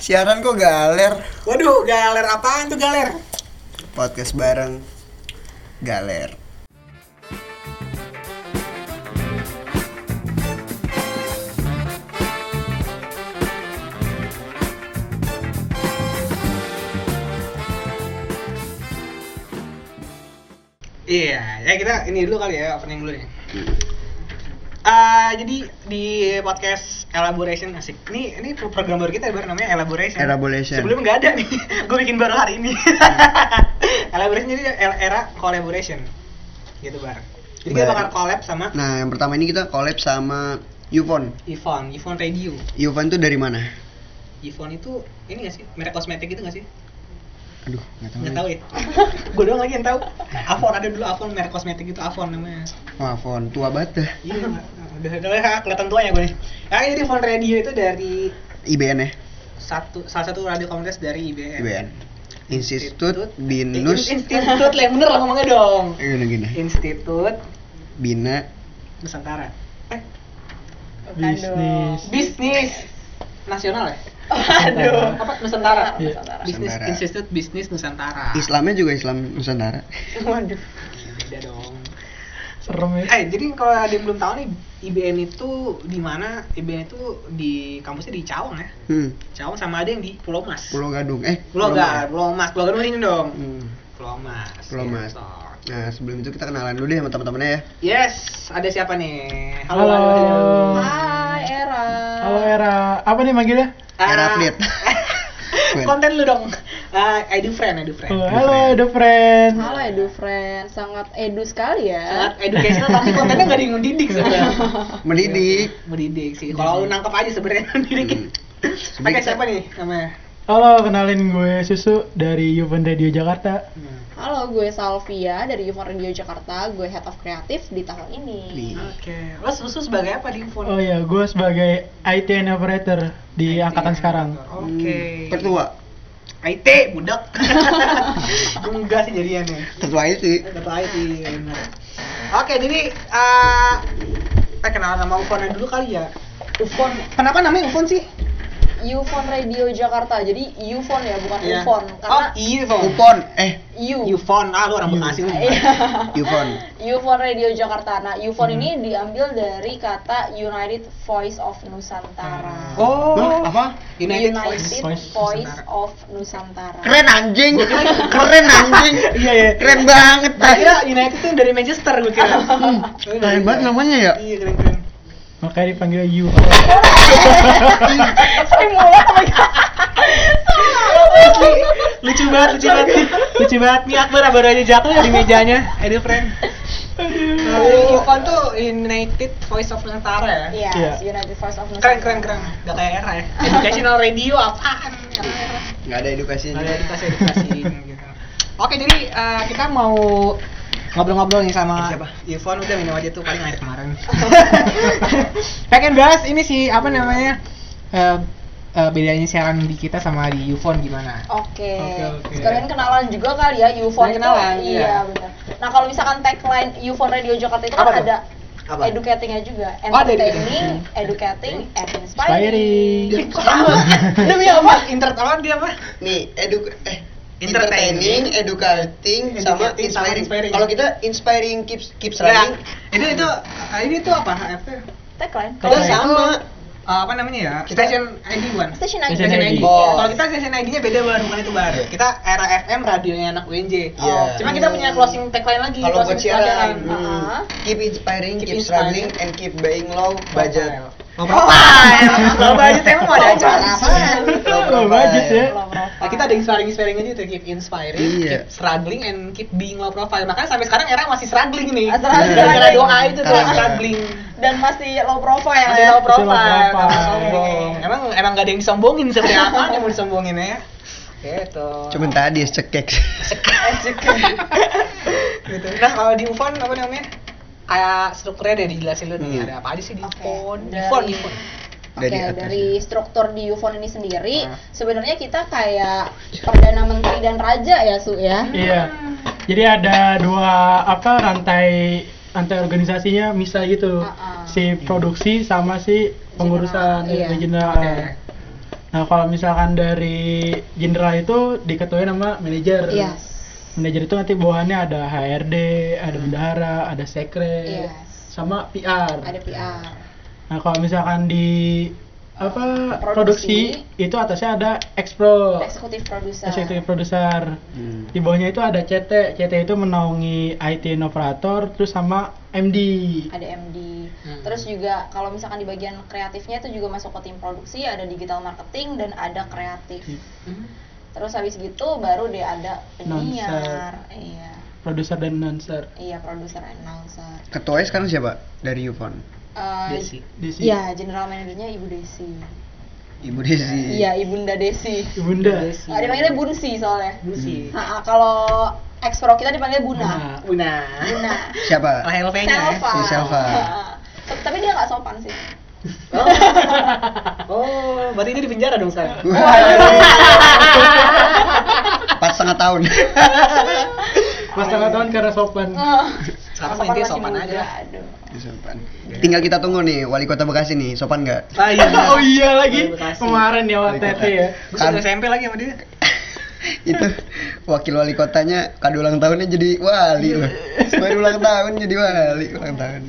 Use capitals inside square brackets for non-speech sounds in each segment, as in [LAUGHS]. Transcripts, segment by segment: Siaran kok galer Waduh, galer apaan tuh galer? Podcast bareng Galer Iya, ya kita ini dulu kali ya opening dulu ya. Ah, jadi di podcast Elaboration asik. Ini ini program baru kita baru namanya Elaboration. Elaboration. Sebelum nggak ada nih. Gue bikin baru hari ini. Elaboration jadi el- era collaboration. Gitu, Bar. Jadi kita Bar. bakal collab sama Nah yang pertama ini kita collab sama Yuvon Yvonne, Yvonne Radio. Yuvon tuh dari mana? Yvonne itu ini gak sih? Merek kosmetik itu gak sih? Aduh nggak tahu Nggak lagi. tahu ya. Gue doang lagi yang tahu. Avon ada dulu Avon merek kosmetik itu Avon namanya. Wah Von tua banget dah Iya, udah udah udah kelihatan tua ya gue. Nah, jadi Font Radio itu dari IBN ya? satu salah satu radio komunitas dari IBM. IBN Institut Binus In- Institut lah, yang bener lah ngomongnya dong. Eh, Gini gini Institut Bina Nusantara. Eh, bisnis bisnis nasional ya? aduh Apa Nusantara? Iya. Bisnis Nusantara. Institut Bisnis Nusantara. Islamnya juga Islam Nusantara Waduh. Beda dong. serem ya Eh, jadi kalau ada yang belum tahu nih IBM itu di mana? IBM itu di kampusnya di Cawang ya. hmm. Cawang sama ada yang di Pulau Mas. Pulau Gadung Eh Pulau Gar, Pulau Mas, Pulau Gadung ini dong. Mas. Hmm. Pulau Mas. Pulau Mas. gitu. Nah sebelum itu kita kenalan dulu deh sama teman-temannya ya Yes, ada siapa nih? Halo. Hai, Era. halo Era apa nih manggilnya Ah, Era [LAUGHS] update konten lu dong. Ah, I do friend, I do friend. halo the friend Halo Edu Friend, sangat edu sekali Sangat ya. Eh, educational tapi kontennya nggak dididik Iya. sebenarnya. Mendidik Mendidik sih. Kalau lu nangkep aja sebenarnya [LAUGHS] mendidik. Hmm. Oke, siapa nih namanya? halo kenalin gue Susu dari Yuven Radio Jakarta Hmm. Halo, gue Salvia dari Yuvon Radio Jakarta. Gue Head of Kreatif di tahun ini. Wih. Oke, lo susu sebagai apa di oh handphone? ya gue sebagai IT and operator di angkatan sekarang Hmm, Oke. Tertua IT, budak. [LAUGHS] Enggak sih jadiannya. Tertua itu Ketua IT. benar. Nah. Oke, jadi eh kita kenalan sama Ufon dulu kali ya. Ufon, kenapa namanya Ufon sih? Yuvon Radio Jakarta. Jadi Yuvon ya, bukan Iya. Ufon. Oh, Karena Ufon. Kupon Eh U. Ufon, ah lu orang Bekasi lu. Yuvon Yuvon Radio Jakarta. Nah, Yuvon ini Hmm. diambil dari kata United Voice of Nusantara. Oh, Hah, apa? United Voice. Voice Voice Nusantara. of Nusantara. Keren anjing. Keren [LAUGHS] anjing. iya ya Keren banget. Gua kira United tuh dari Manchester gue [LAUGHS] kira. Hmm. Keren banget namanya ya. Iya, keren-keren. makanya dipanggil [LAUGHS] Yu Saya mulut sama lucu banget, lucu banget. lucu banget. Nih Akbar baru aja jatuh di mejanya. Aduh, friend. Aduh. Nah, Ufon tuh United Voice of Nusantara ya. Iya. Yes, United Voice of Nusantara. keren keren keren gak kayak era ya [LAUGHS] educational radio apaan Enggak ada edukasinya. ada edukasi edukasi gitu oke jadi eh, kita mau ngobrol-ngobrol nih sama Siapa? Yvonne udah minum aja tuh paling air [LAUGHS] kemarin pengen bahas ini sih apa namanya eh, eh, bedanya siaran di kita sama di Yvonne gimana Oke. Oke, oke. Sekalian kenalan juga kali ya Sekalian Ufon itu. kenalan, iya, iya. benar. Nah, kalau misalkan tagline Ufon Radio Jakarta itu Apa kan tuh? ada Apa? educatingnya juga. Oh, ada Iya. Entertaining, educating, and inspiring. Iya. [LAUGHS] Spiring demi apa inter apa dia apa Nih, edu eh Entertaining, entertaining, educating, sama Educating, sama inspiring. inspiring. Kalau kita inspiring keeps keeps Nah, running. itu itu eh, ini tuh apa apa, Tagline. Kalau Tagline. sama apa namanya ya station ID one Station Iya. Station Station ID. ID. ID. Oh. Kalau kita station ID-nya beda baru, bukan itu baru. Kita era FM radionya anak UNJ. Iya. Cuma kita punya closing tagline lagi. kalau buat closing siaran, slogan. hmm, Ah. keep inspiring, Uh-huh. Keep keep, inspiring. struggling, and keep buying low budget. Low profile. Low budget emang mau ada acara apa? Low budget ya. Kalau berapa? Nah, kita ada inspiring inspiring aja tuh keep inspiring, Iya. keep struggling and keep being low profile. Makanya sampai sekarang era masih struggling nih. Ah, struggling. Gara-gara doa itu tuh Karena- struggling. dan masih low profile Masih ya. low Masih low profile, profile. masih sombong. Emang emang gak ada yang disombongin seperti apa yang mau disombongin ya? Gitu. Eh, Cuman tadi cekek. [LAUGHS] gitu. Nah kalau di Ufon apa namanya? Kayak strukturnya udah dijelasin lu nih Hmm. ada apa aja sih di Oke, Ufon? Di dari- Ufon, di Ufon. Oke, Dari atas. dari struktur di Ufon ini sendiri, Ah. sebenarnya kita kayak perdana menteri dan raja ya, Su ya. iya jadi ada dua apa rantai rantai organisasinya misal gitu Ah, ah. si produksi sama si pengurusan Iya. regional Oke. Nah, kalau misalkan dari general itu diketuain sama manajer. Iya. Yes. Manajer itu nanti bawahannya ada HRD, ada bendahara, ada sekre, Yes. sama PR. Ada PR. Nah, kalau misalkan di apa Produksi. produksi, itu atasnya ada ekspro, Eksekutif produser. eksekutif produser. Hmm. Di bawahnya itu ada CT, CT itu menaungi IT operator, terus sama MD. Ada MD. Hmm. Terus juga kalau misalkan di bagian kreatifnya itu juga masuk ke tim produksi, ada digital marketing dan ada kreatif. Hmm. Terus habis gitu baru deh ada penyiar. Iya. Produser dan announcer. Iya, produser announcer. Ketuanya sekarang kan siapa? Dari Yufon. Eh, Desi. Hmm. Desi. Iya, general manajernya Ibu Desi. Ibu Desi. Iya, Ibunda Desi. Ibunda. Desi. Ah, dipanggilnya Bunsi soalnya. Bu sih. Nah, kalau ekspro kita dipanggil Buna. Nah, Una. Buna. Siapa? Lah LV nya ya. Selva. [LAUGHS] si Selva. Ah. Tapi- Tapi dia nggak sopan sih. Oh. oh, berarti dia di penjara dong sekarang. [LAUGHS] Empat setengah tahun. Mas tengah tahun karena sopan. Ah. Sekarang Sopan intinya masih sopan muda, aja lah. aduh. Sopan. Tinggal kita tunggu nih wali kota Bekasi nih, sopan nggak? [LAUGHS] Ah iya. [LAUGHS] Oh iya Dari lagi Bekasi. kemarin ya Dari waktu itu Bekasi. ya. Gue sudah SMP lagi sama dia. Itu wakil wali kotanya kado ulang tahunnya jadi wali loh. Baru ulang tahun jadi wali ulang tahun.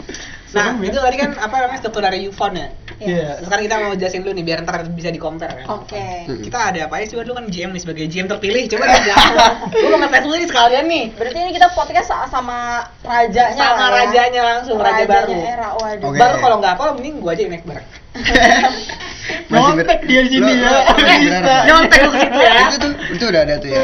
Nah, itu tadi kan apa namanya struktur dari Ufon ya. Iya. Iya. Sekarang kita mau jelasin dulu nih biar ntar bisa di compare kan. Oke. Kita ada apa aja sih? Wah, Lu kan GM nih sebagai GM terpilih. Coba deh [LAUGHS] jelasin. Lu mau ngetes dulu nih sekalian nih. Berarti ini kita podcast sa- sama rajanya Sama lah ya. rajanya langsung, raja baru. era waduh. Oke. Baru kalau nggak apa, mending gua aja yang naik bareng. ber- Nyontek dia di Lo- sini ya. lo- Bisa. beneran. Nyontek lu ke situ Iya. ya. Itu tuh itu udah ada tuh ya.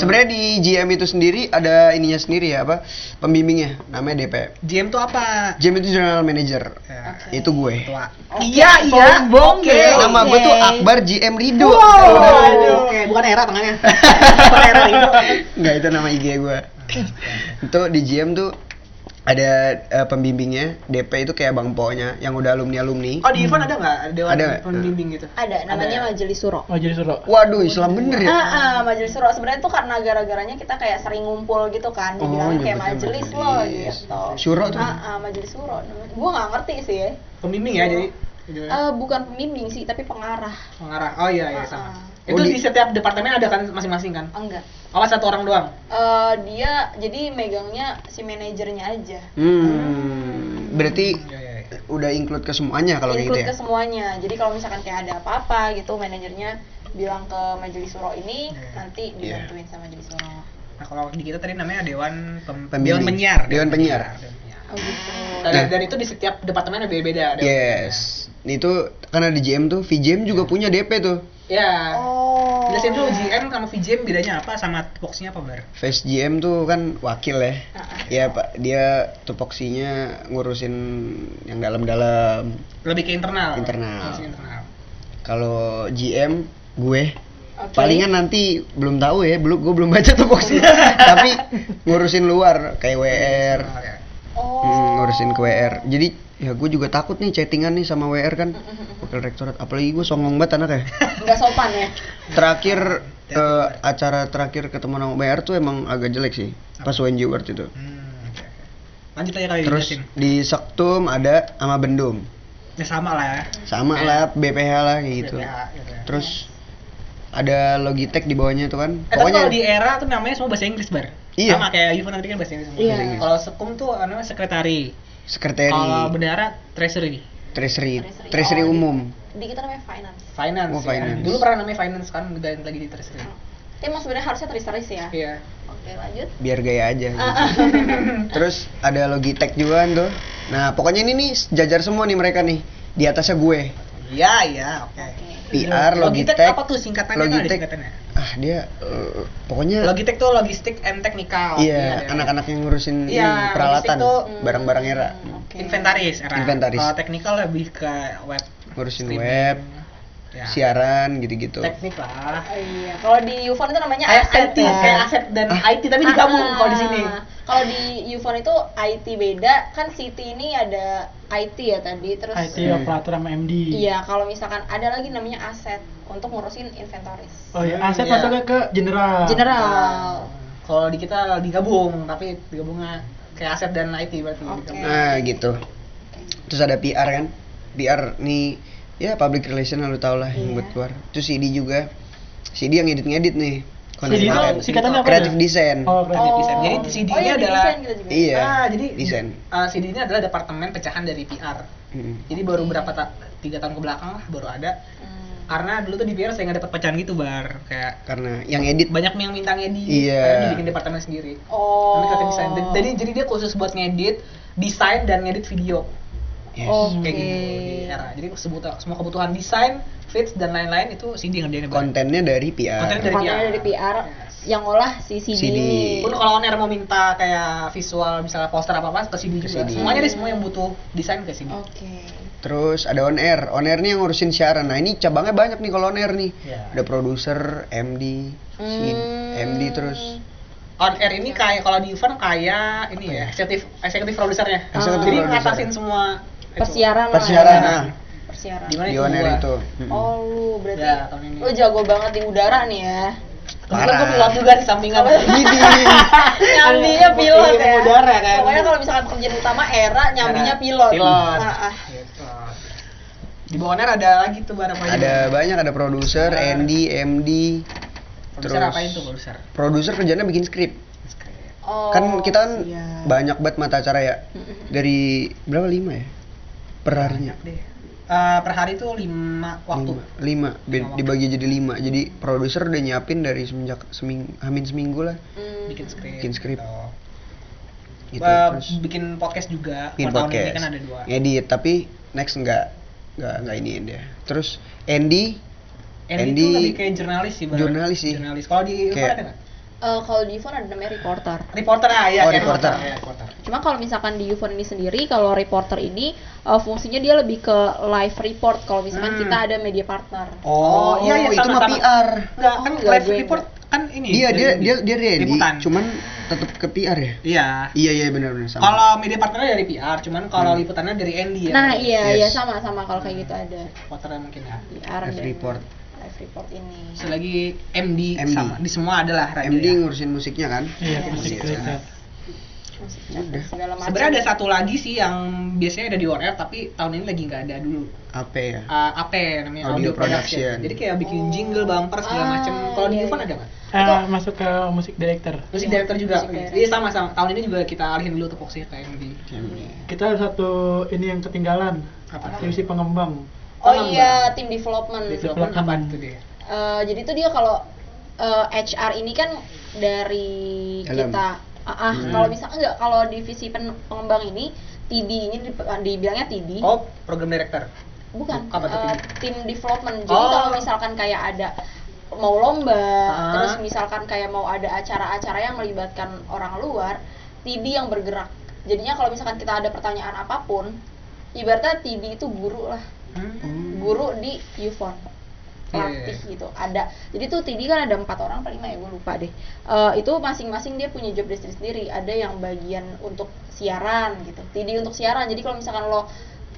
Sebenarnya di GM itu sendiri ada ininya sendiri ya apa pembimbingnya namanya DP. GM tuh apa? GM itu general manager. Oke. ya. Itu gue. Ketua. Iya, iya. Sombong Oke. ya. Nama gue tuh Oke. Akbar GM Rido. Waduh. [LAUGHS] Oke, bukan era tengahnya. Bukan era itu. Enggak itu nama IG gue. itu di GM tuh ada eh, pembimbingnya, DP itu kayak bang po-nya yang udah alumni alumni. Oh, di Ivan ada nggak dewan Ada. pembimbing gitu? Ada namanya Ada. Majelis Suro. Oh jadi suruh. Waduh, Islam bener ya. Ah, ah, majelis suro sebenarnya tuh karena gara-garanya kita kayak sering ngumpul gitu kan, Oh, dibilang nyebutnya kayak majelis loh iya, majelis. gitu. Syuro tuh. Ah, ah, majelis suro. namanya. Gua nggak ngerti sih. ya. Pembimbing ya jadi. Hmm. Eh, bukan pembimbing sih, tapi pengarah. Pengarah. Oh iya iya sama. Ah. Itu Oh, di- di setiap departemen ada kan masing-masing kan? Enggak. Apa satu orang doang? Eh, dia jadi megangnya si manajernya aja. Hmm. Berarti Iya, iya, iya. udah include ke semuanya kalau kayak gitu include ya. ke semuanya. Jadi kalau misalkan kayak ada apa-apa gitu, manajernya bilang ke majelis suro ini Iya. nanti Iya. dibantuin sama majelis suro. Nah, kalau di kita tadi namanya Dewan Pem- Pembimbing. Dewan Penyiar. Dewan Penyiar. Dewan Penyiar. Oh gitu. Dan, Nah. dan itu di setiap departemen ada beda-beda. Dewan Penyiar. Yes. Itu karena di GM tuh, VGM juga punya DP tuh. Ya. Oh. Jelasin dulu GM sama VGM bedanya apa sama boxnya apa bar? Face GM tuh kan wakil ya. Ya Pak, dia tupoksinya ngurusin yang dalam-dalam. Lebih ke internal. Internal. Fungsi internal. Kalau GM gue Oke. palingan nanti belum tahu ya, belum gue belum baca tupoksinya. Tapi ngurusin luar kayak WR, Internal, ya. Oh. hmm, ngurusin [LAUGHS] ke WR. Jadi ya gue juga takut nih chattingan nih sama WR kan wakil rektorat apalagi gue songong banget anaknya [LAUGHS] Enggak sopan ya. terakhir eh, acara terakhir ketemu sama WR tuh emang agak jelek sih pas UNJ Award itu Hmm, oke, oke. Lanjut aja kali Terus jelasin. di Sektum ada sama Bendum. Ya sama lah ya. Sama lah BPH lah kayak gitu. BPH, gitu ya. Terus ada Logitech di bawahnya tuh kan. Eh, tapi kalau di era tuh namanya semua bahasa Inggris bar. Iya. Sama kayak Ivan tadi kan bahasa Inggris. Iya. Kalau sekum tuh namanya sekretari. Kalau sekretari, Oh, bendahara treasury. treasury, Treasury. treasury iya. Oh, di- umum. Di kita namanya finance. Finance. Oh, ya. finance. Dulu pernah namanya finance kan ganti lagi di treasury. Tapi emang sebenarnya harusnya teris-teris ya. Iya. Oke, lanjut. [LAUGHS] Biar gaya aja. Ah, gitu. Terus ada Logitech juga kan tuh. Nah, pokoknya ini nih sejajar semua nih mereka nih. Di atasnya gue. Iya, iya, oke. Oke. PR, Logitech. Logitech apa tuh singkatannya? Nggak ada Logitech. singkatannya? Ah, dia eh, pokoknya Logitech tuh logistik and technical. iya, ada. anak-anak yang ngurusin ini, Iya, hmm. peralatan, Logitech tuh, barang-barang era. Oke. Inventaris era. Inventaris. Kalau technical lebih ke web. Ngurusin streaming. web, Ya. siaran gitu-gitu. Teknik lah. Oh, iya. Kalau di Ufon itu namanya Kayak aset IT, ya. kayak aset dan IT tapi digabung Ah, kalau di sini. Kalau di Ufon itu IT beda, kan City ini ada IT ya tadi terus IT Hmm. operator sama MD. Iya, kalau misalkan ada lagi namanya aset untuk ngurusin inventaris. Oh iya, Hmm, aset iya. masuknya ke Ah, general. General. Kalau di kita digabung, tapi digabungnya kayak aset Ah, dan IT berarti. Oke. digabung. Nah, gitu. Terus ada PR kan? PR nih ya public relation lu tau lah yang Iya. buat keluar terus CD juga CD yang ngedit-ngedit nih konten CD itu konten. singkatannya apa creative ya? design Oh, kreatif Oh. design. Jadi oh, CD-nya iya, adalah desain kita juga. Iya. Ah, jadi desain. uh, CD ini adalah departemen pecahan dari PR. Mm. Jadi baru berapa ta- tiga tahun ke belakang lah baru ada. Hmm. Karena dulu tuh di PR saya nggak dapat pecahan gitu bar kayak karena yang edit banyak yang minta ngedit, Iya. akhirnya dibikin departemen sendiri. Oh. Namanya creative design. Dan- Jadi jadi dia khusus buat ngedit, desain dan ngedit video. Yes. Oke. Kayak gitu di era. Jadi sebut- semua kebutuhan desain, fits dan lain-lain itu CD ngerjainnya Bar. kontennya dari PR Konten dari- Kontennya dari PR yang olah si CD. CD. Pun kalau owner mau minta kayak visual misalnya poster apa apa ke CD Ke juga. CD. Semuanya deh semua yang butuh desain ke CD. Oke. terus ada on air on air nih yang ngurusin siaran nah ini cabangnya banyak nih kalau on air nih Iya. ada produser MD si- Hmm. MD terus on air ini kayak kalau di event kayak ini ya eksekutif eksekutif produsernya Eksekutif jadi produser. ngatasin semua itu. Persiaran. lah persiaran ya. nah ah. Persiaran. Gimana di itu on air gua? itu Mm. Oh lu berarti Ya, tahun ini. lu jago banget di udara nih ya. kebetulan gue Parah. pilot juga kan di sampingan [LAUGHS] Gini. nyambinya Mau pilot pilih ya. udara kan. Pokoknya kalau misalkan pekerjaan utama era nyambinya Era. pilot. Pilot. Ah, ah. Gitu. di bawah air ada lagi tuh barang apa aja? ada banyak ada produser ya? Ada. Andy MD produser terus- apa itu produser produser kerjanya bikin skrip Oh, kan kita kan iya. siap. banyak banget mata acara ya dari berapa lima ya perharinya deh Eh, per hari tuh lima waktu Iya. lima, lima. Di- Lima waktu. dibagi jadi lima jadi produser udah nyiapin dari semenjak seming hamin seminggu lah Hmm. bikin skrip Bikin skrip. gitu. gitu Eh, terus bikin podcast juga bikin Kalau tahun podcast ini kan ada dua edit tapi next enggak enggak enggak iniin dia terus Andy Andy, Andy- tuh lebih kayak jurnalis sih Bar. Jurnalis sih. jurnalis kalau di Kayak- ada nggak Eh, kalau di Yvonne ada namanya reporter. reporter ah ya Oh, kayak reporter. ya, reporter Cuma kalau misalkan di Yvonne ini sendiri, kalau reporter ini eh, fungsinya dia lebih ke live report. Kalau misalkan Hmm. kita ada media partner. Oh, iya, iya, itu sama, mah sama. PR Enggak, kan Oh, enggak, live gue report kan ini. dia dari dia dia dia Randy liputan. cuman tetap ke PR ya iya. iya iya benar-benar sama Kalau media partnernya dari PR, cuman kalau Hmm. liputannya dari Andy ya. Nah iya Yes. iya sama sama kalau kayak gitu ada Reporternya mungkin ya. Live PR dan report. live report ini. Selagi MD, MD. sama di semua adalah radio. MD ya. ngurusin musiknya kan Iya, Iya. musik kreatif. Musik, catat, segala macam. Sebenarnya ada satu lagi sih yang biasanya ada di on air tapi tahun ini lagi nggak ada dulu. apa ya Eh, apa ya namanya Audio audio, production. production. Jadi kayak bikin Oh. jingle, bumper segala Ah, macam. Kalau di iya, Yvonne iya. ada nggak? Eh, masuk ke musik director. Musik Iya, director juga. musik director. Iya sama sama. Tahun ini juga kita alihin dulu tuh fokusnya ke MD. Kita ada satu ini yang ketinggalan, Apa? tim si pengembang. Oh Pengembang. iya tim development. Development apa itu dia? Eh, jadi tuh dia kalau eh, HR ini kan dari Dalam. kita ah ah, kalau misal enggak kalau divisi pen- pengembang ini TD ini dip- dibilangnya TD Oh, program director. bukan apa tuh eh, tim development jadi Oh. kalau misalkan kayak ada mau lomba Ah. terus misalkan kayak mau ada acara-acara yang melibatkan orang luar TD yang bergerak jadinya kalau misalkan kita ada pertanyaan apapun ibaratnya TD itu guru lah Hmm. guru di Yufon pelatih Iya. gitu ada jadi tuh TD kan ada empat orang apa lima ya gue lupa deh Eh, itu masing-masing dia punya job desk sendiri ada yang bagian untuk siaran gitu TD untuk siaran jadi kalau misalkan lo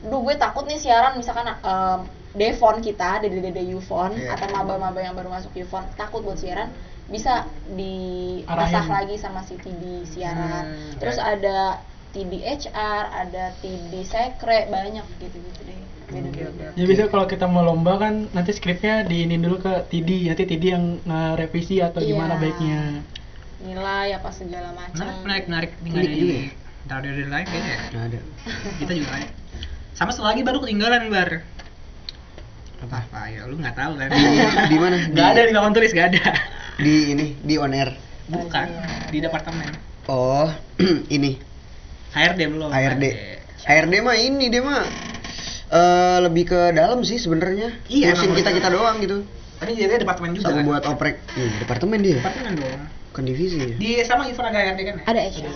duh gue takut nih siaran misalkan em, Devon kita dari dede Yufon Iya. atau maba-maba yang baru masuk Yufon takut buat siaran bisa diasah Arahin. lagi sama si TD siaran Hmm, terus oke. ada TD HR ada TD sekre banyak gitu-gitu deh beda-beda Jadi bisa Ya, kalau kita mau lomba kan nanti skripnya diinin dulu ke TD, nanti TD yang ngerevisi atau Iya. gimana baiknya. nilai apa segala macam. Menarik, menarik, menarik. Tinggal Unik juga ya. ada di radio radio lain kayaknya. ya. Nggak ada Kita juga ada. Sama satu lagi baru ketinggalan bar. Apa? Apa ya? Lu nggak tahu [LAUGHS] kan? di mana di, Gak ada di papan tulis, gak ada. di ini di on air Bukan di departemen. oh [CLEARS THROAT] ini HRD belum. HRD. HRD mah ini dia mah eh, lebih ke dalam sih sebenarnya. Iya, Ngurusin emang. kita kita doang gitu. Tapi jadi departemen juga. Sama kan? buat oprek. Iya, departemen dia. Departemen dong. Bukan divisi ya. Di sama Yvonne ada HRD kan ya? Ada HR.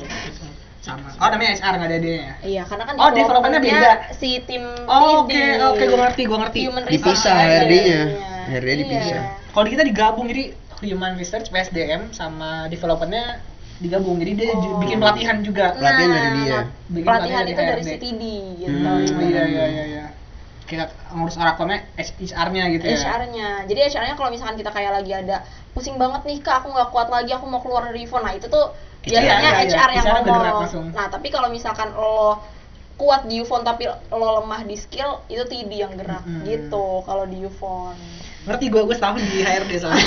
Sama. Oh namanya HR nggak ada D-nya. Iya, karena kan Oh, di developernya developernya beda. si tim Oh, oke, PD. oke, gua ngerti, gua ngerti. Human Dipisah resource. HRD-nya. Iya. HRD dipisah. Kalau di kita digabung jadi human research PSDM sama developernya digabung. Jadi dia ju- Oh. bikin pelatihan juga. Nah, Pelatihan dari dia. Bikin pelatihan pelatihan itu dari HRD. si TD gitu. Hmm, Oh, iya iya iya iya. Kayak ngurus orakomnya HR-nya gitu ya. HR-nya. Jadi HR-nya kalau misalkan kita kayak lagi ada pusing banget nih kak, aku nggak kuat lagi, aku mau keluar dari Yvonne. Nah itu tuh Iya, biasanya iya, iya. HR yang Misalnya bergerak ngomong. langsung. Nah tapi kalau misalkan lo kuat di Ufon tapi lo lemah di skill itu TD yang gerak Mm-mm. gitu kalau di Ufon ngerti gue gue setahun di HRD [LAUGHS] soalnya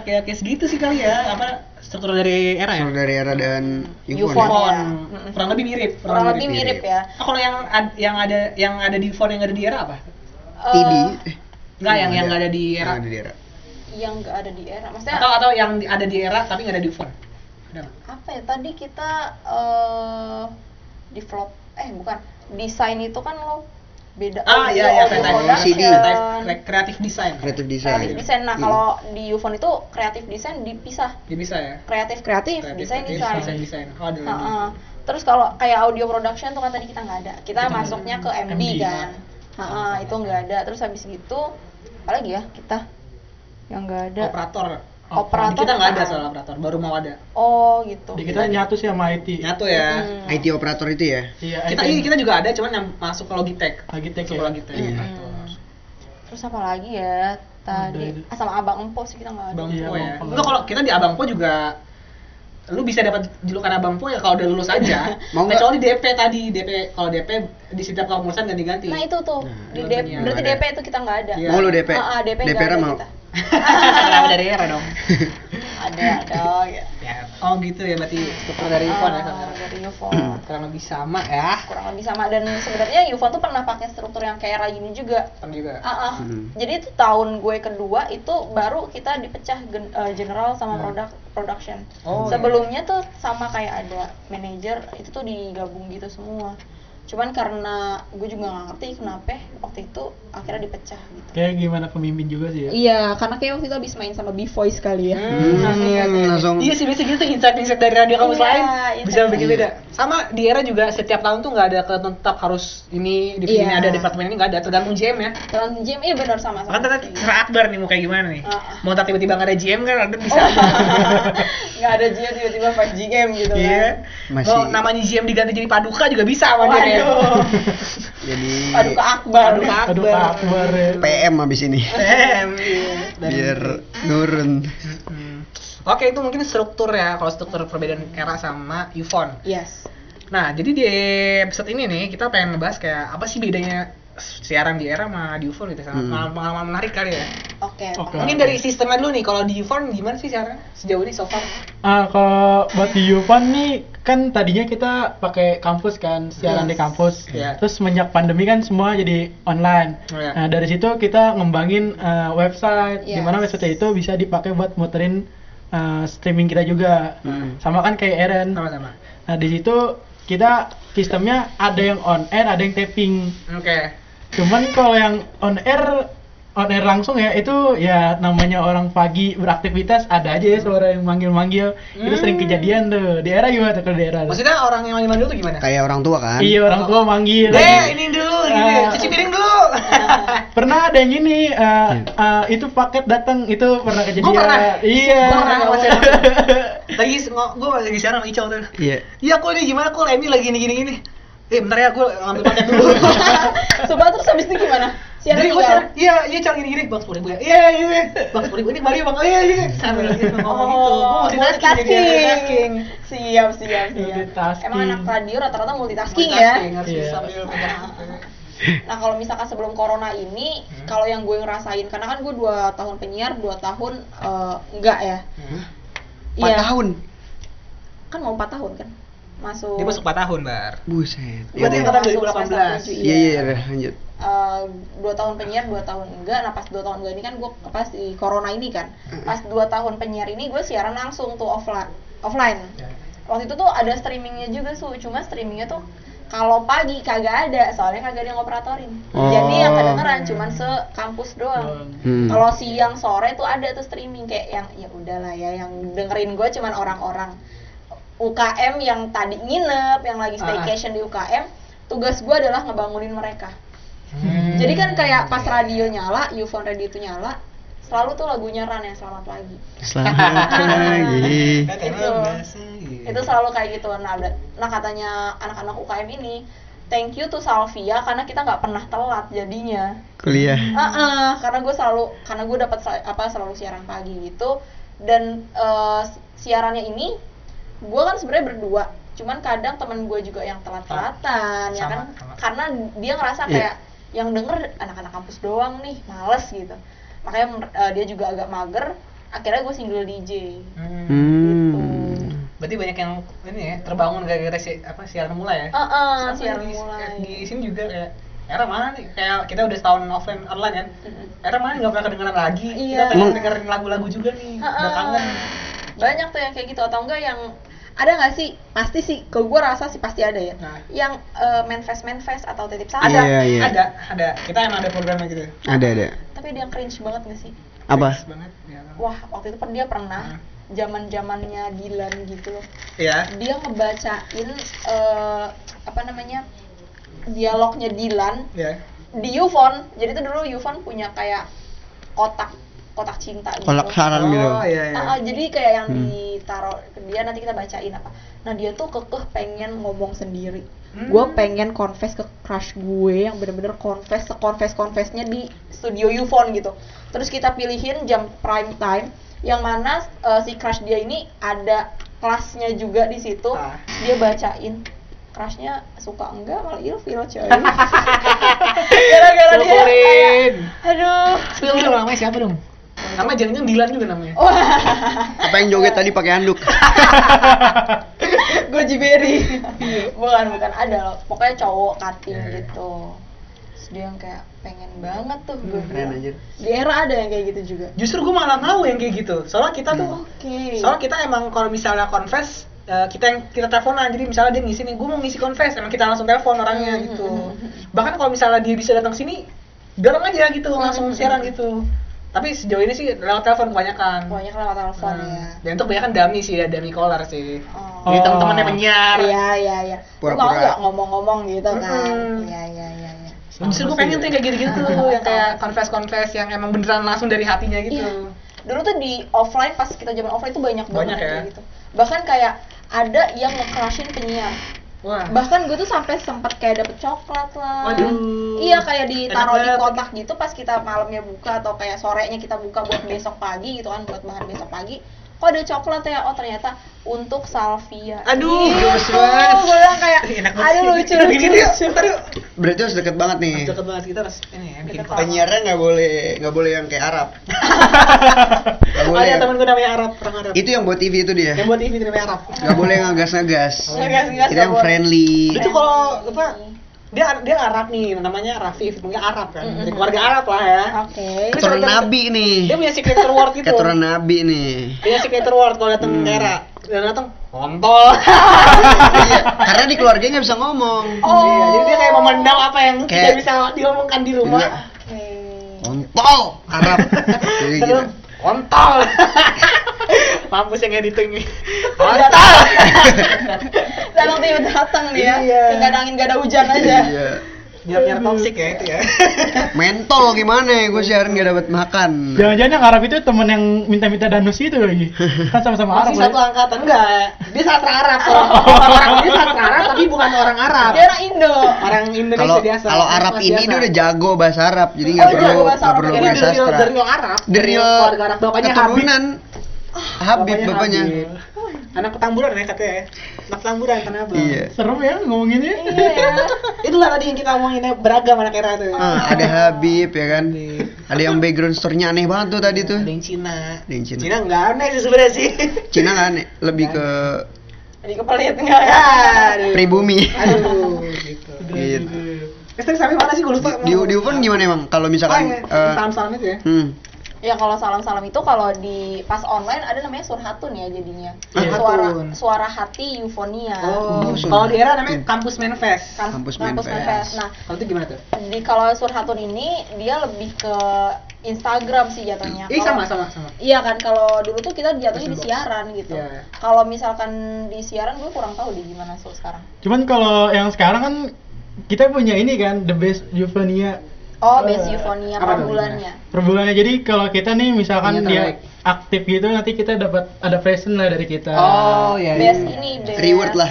oke oke segitu sih kali ya apa struktur dari era ya Eh, Saudara dari era dan Yufon. Yufon. ya? Font. ya. Mm-mm. kurang lebih Oh, mirip kurang lebih mirip ya Ah, kalau yang ad- yang ada yang ada di font yang ada di era apa TD. Eh, Eh, enggak yang yang nggak nggak ada di era Nggak ada di era. yang nggak ada di era maksudnya atau atau yang di- ada di era tapi nggak ada di font ada nggak? apa ya tadi kita eh develop eh bukan desain itu kan lo beda ah audio, ya ya audio kreatif. production, CD. oh. kreatif desain Kreatif design. kreatif desain nah Hmm. kalau di Ufon itu kreatif desain dipisah ya bisa ya kreatif kreatif Kreatif, desain kreatif, desain desain desain oh ada lagi. Heeh. terus kalau kayak audio production tuh kan tadi kita nggak ada kita Kita masuknya ke nggak ada. MD MD, kan Heeh, itu nggak ada terus habis gitu apalagi ya kita yang nggak ada operator Operator Di kita nggak ada nggak ada. soal operator baru mau ada oh gitu Di kita nyatu sih sama IT. nyatu ya Hmm. IT operator itu ya. Iya, kita ini kita juga ada cuman yang masuk ke Logitech Logitech masuk ya? ke Logitech Iya. Operator. terus apa lagi ya tadi Ada. ah, sama abang empo sih kita nggak ada Abang Iya, Po ya Abang Po. Enggak, kalau kita di Abang Po juga lu bisa dapat julukan Abang Po ya kalau udah lulus aja [LAUGHS] Mau nggak? kecuali DP tadi DP kalau DP di setiap kepengurusan ganti-ganti nah [LAUGHS] itu tuh Nah, di itu DP tadi yang berarti ada. DP itu kita nggak ada Iya. Mau lu DP? Ah, ah, DP DP nggak ada mau. kita. Kenapa dari era dong ada ada ya ya oh gitu ya berarti struktur dari Ipon ya sama Ah, dari Ufon kurang lebih sama ya kurang lebih sama dan sebenarnya Ufon tuh pernah pakai struktur yang kayak era ini juga kan juga Ah, ah. Hmm. jadi itu tahun gue kedua itu baru kita dipecah gen- eh, general sama produk production Oh, iya. sebelumnya tuh sama kayak ada manajer itu tuh digabung gitu semua cuman karena gue juga nggak ngerti kenapa waktu itu akhirnya dipecah gitu Kayak gimana pemimpin juga sih ya. Iya, karena kayak waktu itu habis main sama B-Voice kali ya. Hmm, langsung. Iya sih biasanya gitu insight-insight dari radio kampus Iya, lain bisa insight. bikin Iya. beda. Sama di era juga setiap tahun tuh nggak ada ke- tetap harus ini di Iya. ini ada departemen ini nggak ada tergantung GM ya. Terus GM iya benar sama sama. Bahkan ternyata Sera Akbar nih mau kayak gimana nih? Ah. Mau tak tiba-tiba nggak ada GM kan ada bisa. Enggak ada GM tiba-tiba 5 GM gitu kan. Iya. Masih- Mau namanya GM diganti jadi Paduka juga bisa sama dia. Waduh. Jadi Aduh ke Akbar. Paduka [LAUGHS] Aduh, Akbar. Akbar. ya. PM habis ini. PM, iya. Dan- Biar nurun. Hmm. Oke itu mungkin struktur ya kalau struktur perbedaan era sama Yvonne. Yes. Nah, jadi di episode ini nih kita pengen ngebahas kayak apa sih bedanya siaran di era sama di UFO gitu sama Hmm. pengalaman- pengalaman menarik kali ya. Oke. Oke. Pak. Mungkin dari sistemnya dulu nih kalau di UFO gimana sih siaran sejauh ini so [LAUGHS] far? Ah, kalau buat di Yufan nih kan tadinya kita pakai kampus kan, siaran di Yes. kampus. Iya. Terus semenjak pandemi kan semua jadi online. Oh, Iya. Nah, dari situ kita ngembangin eh, website Yes. dimana website itu bisa dipakai buat muterin eh, streaming kita juga. Hmm. Sama kan kayak Eren. Sama-sama. Nah, di situ kita sistemnya ada yang on air, ada yang taping. Oke. Cuman kalau yang on air on air langsung ya itu ya namanya orang pagi beraktivitas ada aja ya suara yang manggil-manggil. Itu sering kejadian tuh. Di era gimana tuh kalau di era? tuh? Hmm. Maksudnya orang yang mandi dulu tuh gimana? Kayak orang tua kan? Iya orang tua manggil. Deh, ini dulu gitu, Ah. cuci piring dulu. [LAUGHS] Pernah ada yang ini eh, eh, itu paket datang itu pernah kejadian. Gua pernah. Iya. Gua pernah ngerasain. Lagi gue lagi siaran sama Ical tuh. Iya. Iya, kok ini gimana kok Lemi lagi gini gini gini. Eh, bentar ya gue ngambil paket dulu. Coba terus habis itu gimana? Siaran Jadi gue [LAUGHS] juga? siaran, iya, iya cal gini-gini, bang sepuluh ribu ya, iya, iya, iya, bang sepuluh ribu ini kembali ya bang, oh iya, iya, sambil gitu, ngomong gitu, gue Oh, multitasking jadi multitasking, multitasking. Siap, siap, siap. Multitasking. Emang anak radio rata-rata multitasking multitasking ya. harus Iya. bisa sambil pegang gitu. Nah, kalau misalkan sebelum corona ini, Hmm. kalau yang gue ngerasain karena kan gue 2 tahun penyiar, 2 tahun eh, enggak ya. Iya. Empat tahun. Kan mau 4 tahun kan. Masuk Dia masuk 4 tahun, Bar. Buset. Iya, Berarti Iya, Iya, angkatan masuk 2018. semester tujuh, iya, iya, iya, lanjut. Eh, dua tahun penyiar dua tahun enggak nah pas dua tahun enggak ini kan gue pas di corona ini kan pas dua tahun penyiar ini gue siaran langsung tuh offline offline waktu itu tuh ada streamingnya juga su cuma streamingnya tuh kalau pagi kagak ada soalnya kagak ada yang operatorin jadi yang Oh. kedengeran cuman sekampus doang Hmm. kalau siang sore tuh ada tuh streaming kayak yang ya udahlah ya yang dengerin gue cuman orang-orang UKM yang tadi nginep yang lagi Ah. staycation di UKM tugas gue adalah ngebangunin mereka Hmm. jadi kan kayak pas radio nyala, Ufone radio itu nyala, selalu tuh lagunya Ran yang selamat pagi. [LAUGHS] Selamat pagi. Kata Itu. lu, bahasa, iya. Itu selalu kayak gitu. Nah, ber- nah katanya anak-anak UKM ini, thank you tuh Salvia karena kita nggak pernah telat jadinya. Kuliah. Ah, ah, karena gue selalu karena gue dapat sel- apa selalu siaran pagi gitu dan eh, siarannya ini gue kan sebenarnya berdua cuman kadang temen gue juga yang telat-telatan ya Sama, kan sama. karena dia ngerasa Iya. kayak yang denger anak-anak kampus doang nih males gitu makanya men- eh, dia juga agak mager akhirnya gue single DJ Hmm. Hmm. Berarti banyak yang ini ya terbangun gara-gara si, apa siaran mulai ya? Eh, eh, Sama siaran di, mulai Di sini juga kayak Era mana nih? Kayak kita udah setahun offline online kan. Era mana nggak pernah kedengeran lagi? Iya. Kita pengen Emang- dengerin lagu-lagu juga nih. Ha-ha. Udah kangen. Iya, banyak tuh yang kayak gitu atau enggak yang ada nggak sih pasti sih kalau gue rasa sih pasti ada ya Nah. yang eh, manifest manifest atau titip salam Ada, Iya, iya. ada, ada. Kita emang ada programnya gitu. Ada ada. tapi dia cringe banget nggak sih Apa? Thanks banget. Ya. wah waktu itu per- dia pernah zaman zamannya Dilan gitu loh Iya. dia ngebacain eh, apa namanya dialognya Dilan Iya. di Ufon jadi tuh dulu Ufon punya kayak kotak kotak cinta gitu Kolak saran gitu. Oh, iya, iya. Ah, ah, jadi kayak yang Hmm. ditaruh ke dia nanti kita bacain apa nah dia tuh kekeh pengen ngomong sendiri Hmm. gue pengen confess ke crush gue yang bener-bener confess seconfess confessnya di studio Ufon gitu terus kita pilihin jam prime time yang mana eh, si crush dia ini ada kelasnya juga di situ Ah. dia bacain crushnya suka enggak malah ilfil coy [LAUGHS] gara-gara dia Syukurin. kayak, aduh Iya, Spill dong namanya siapa dong? Namanya jangan-jangan Dilan juga namanya. Oh. Apa yang joget tadi pakai handuk? Goji Berry bukan bukan ada loh pokoknya cowok cutting Iya, iya. gitu Terus dia yang kayak pengen banget tuh Hmm, gue keren bilang. anjir. di era ada yang kayak gitu juga Justru gue malah mau yang kayak gitu. Soalnya kita Hmm. tuh oke Soalnya kita emang kalau misalnya confess eh, kita yang kita teleponan jadi misalnya dia ngisi nih gue mau ngisi confess emang kita langsung telepon orangnya Hmm. gitu bahkan kalau misalnya dia bisa datang sini dorong aja gitu langsung Hmm. siaran gitu tapi sejauh ini sih lewat telepon kebanyakan banyak lewat telepon Hmm. ya dan itu kebanyakan dummy sih dummy caller sih oh jadi Oh. temen-temennya penyiar iya iya iya Lu mau Pura-pura. nggak ngomong-ngomong gitu kan Mm-mm. iya iya iya iya justru gue pengen tuh yang kayak [LAUGHS] gitu-gitu yang kayak confess confess yang emang beneran langsung dari hatinya gitu Iya. dulu tuh di offline pas kita zaman offline tuh banyak banget Banyak yang ya. kayak gitu bahkan kayak ada yang nge-crushin penyiar wah bahkan gue tuh sampai sempet kayak dapet coklat lah Waduh. iya kayak ditaruh Enak di banget. kotak gitu pas kita malamnya buka atau kayak sorenya kita buka buat besok pagi gitu kan buat bahan besok pagi kok ada coklat ya oh ternyata untuk salvia Aduh, gross gitu. banget. gue bilang kayak Enak banget aduh sih. lucu Kita lucu bikin yuk, ntar yuk. Berarti harus deket banget nih. Iya. deket banget kita harus ini ya bikin Deket konten. Penyiarnya nggak boleh nggak boleh yang kayak Arab. Nggak Oh, boleh. iya, ada temen gue namanya Arab, orang Arab. Itu yang buat TV itu dia. yang buat ini namanya Arab. Nggak boleh yang ngegas-ngegas. Ngegas-ngegas Kita yang nggak boleh. friendly. Itu kalau apa? Dia dia Arab nih, namanya Rafif, mungkin Arab kan. Dari keluarga Arab lah ya. oke Keturunan Nabi nih. Dia punya signature word gitu. Keturunan Nabi nih. Dia signature word kalau datang ke era. Dan datang kontol. Iya, Karena di keluarganya nggak bisa ngomong. Oh. Iya, jadi dia kayak memendam apa yang Kayak- Iya. tidak bisa diomongkan di Nggak. rumah. oke Kontol Arab. Jadi gitu. Terus kontol. [LAUGHS] Mampus yang editing nih. [LAUGHS] Kontol. datang tiba datang nih ya Iya. nggak ada angin nggak ada hujan aja Iya. Biar-biar toksik ya itu ya. Mentol gimana ya? Gue seharian nggak dapat makan. Nah. Jangan-jangan yang Arab itu temen yang minta-minta danus itu [LAUGHS] lagi. Kan sama-sama Arab. Masih satu kan? angkatan enggak? Dia sastra Arab. [LAUGHS] Kalau orang dia sastra Arab tapi bukan orang Arab. dia orang Indo orang Indonesia Iya. Kalau biasa. iya, kalau Arab ini dia udah jago bahasa Arab, jadi nggak Oh, jago perlu bahasa nggak Arab. perlu Ini bahasa dari sastra. dari Arab. Iya, Dari keluarga Arab bapaknya Habib. keturunan Habib bapaknya. Habib. Anak petamburan ya katanya. ya. Anak petamburan tanah abang. Iya. Serem ya ngomonginnya. [LAUGHS] iya ya Itulah tadi yang kita omongin ya, beragam anak era itu. ya. Ah, ada Habib ya kan. Habib. Ada yang background store-nya aneh banget tuh tadi tuh. Ada yang Cina. Ada yang Cina. Cina enggak aneh sih sebenarnya sih. [LAUGHS] Cina kan aneh, lebih ke jadi kepelit nggak ya Aduh. pribumi. Aduh, gitu. Gitu. Eh, tadi sampai mana sih gue lupa. Di di Ufon gimana emang kalau Oh, misalkan iya. eh, salam-salam itu ya. hmm, Ya kalau salam-salam itu kalau di pas online ada namanya surhatun ya jadinya. Ah, Iya. suara hatun. suara hati eufonia. Oh, Oh, kalau di era namanya Sun. kampus manifest. Kamp- Kampus Menfest. Menfest. Nah, Kalau itu gimana tuh? di kalau surhatun ini dia lebih ke Instagram sih jatuhnya. Ih, Kalau- sama sama sama. Iya kan kalau dulu tuh kita jatuhnya di Box. siaran gitu. Iya. Kalau misalkan di siaran gue kurang tahu di gimana so sekarang. Cuman kalau yang sekarang kan kita punya ini kan the best Juvenia Oh, base Eh, eufonia apa per tuh? bulannya. per bulannya. Jadi kalau kita nih Iya, misalkan dia terbaik. aktif gitu nanti kita dapat ada present lah dari kita. Oh, iya. Base ini base reward lah.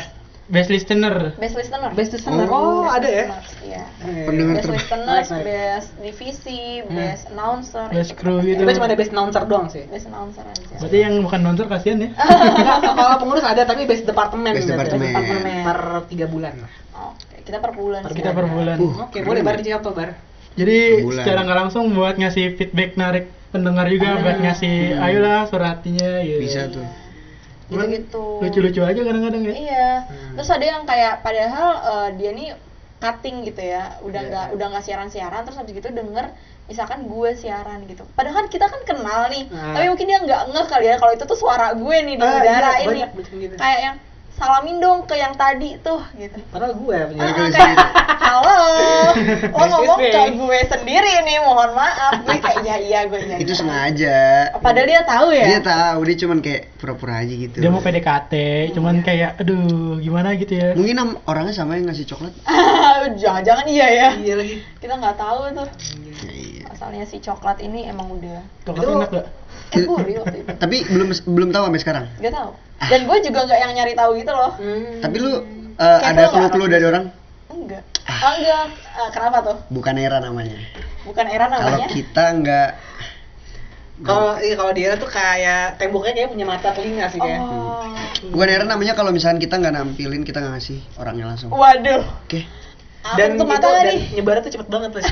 best listener. best listener Best listener. Oh, Best ada ya? listeners, iya. Pendengar best terbaik. listener Nice, nice. best divisi Hmm. best announcer Best itu crew keren. gitu. Kita cuma ada best announcer doang sih. best announcer aja Berarti yang bukan nonton kasihan ya. Enggak, kalau pengurus ada tapi base departemen Base berarti. departemen. Nah. Base departemen per 3 bulan lah. oke kita per bulan Per sih Kita ada. per bulan. Uh. Oke, boleh bar di apa bar? Jadi Bulan. secara nggak langsung buat ngasih feedback narik pendengar juga buat ngasih Hmm. ayolah suara hatinya gitu. bisa tuh Cuman gitu. Gitu-gitu. Lucu-lucu aja kadang-kadang ya. Iya. Hmm. Terus ada yang kayak padahal eh, dia nih cutting gitu ya, udah Iya. nggak udah nggak siaran-siaran terus habis gitu denger misalkan gue siaran gitu. Padahal kan kita kan kenal nih, Nah. tapi mungkin dia nggak ngeh kali ya kalau itu tuh suara gue nih di Ah, udara iya, ini. banyak macam gitu. Kayak yang salamin dong ke yang tadi tuh gitu. Padahal gue punya. Iya, Ah, kayak, halo, [LAUGHS] lo This is ngomong me." ke gue sendiri nih, mohon maaf. Gue kayak iya iya gue iya. itu iya." sengaja Padahal dia tahu ya. dia tahu dia cuman kayak pura-pura aja gitu Dia mau PDKT, Iya. cuman kayak aduh gimana gitu ya. mungkin am- orangnya sama yang ngasih coklat [LAUGHS] Ah, Jangan-jangan iya ya. Iya lagi. Kita nggak tahu tuh. Ya, iya. Asalnya si coklat ini emang udah Kok Itu- enak gak? eh gurih waktu itu tapi belum belum tahu sampai sekarang gak tahu dan gue juga nggak yang nyari tahu gitu loh Hmm. tapi lu uh, Kepo ada nggak, clue-clue Rob? dari orang enggak Ah, enggak Ah, kenapa tuh bukan era namanya bukan era kalau namanya kita nggak kalau iya kalau dia tuh kayak temboknya kayak punya mata telinga sih ya. kayak. oh bukan era namanya kalau misalnya kita nggak nampilin kita nggak ngasih orangnya langsung oke waduh Dan dan tuh mata itu- nggak dan nih nyebarnya tuh cepet banget [LAUGHS] pasti.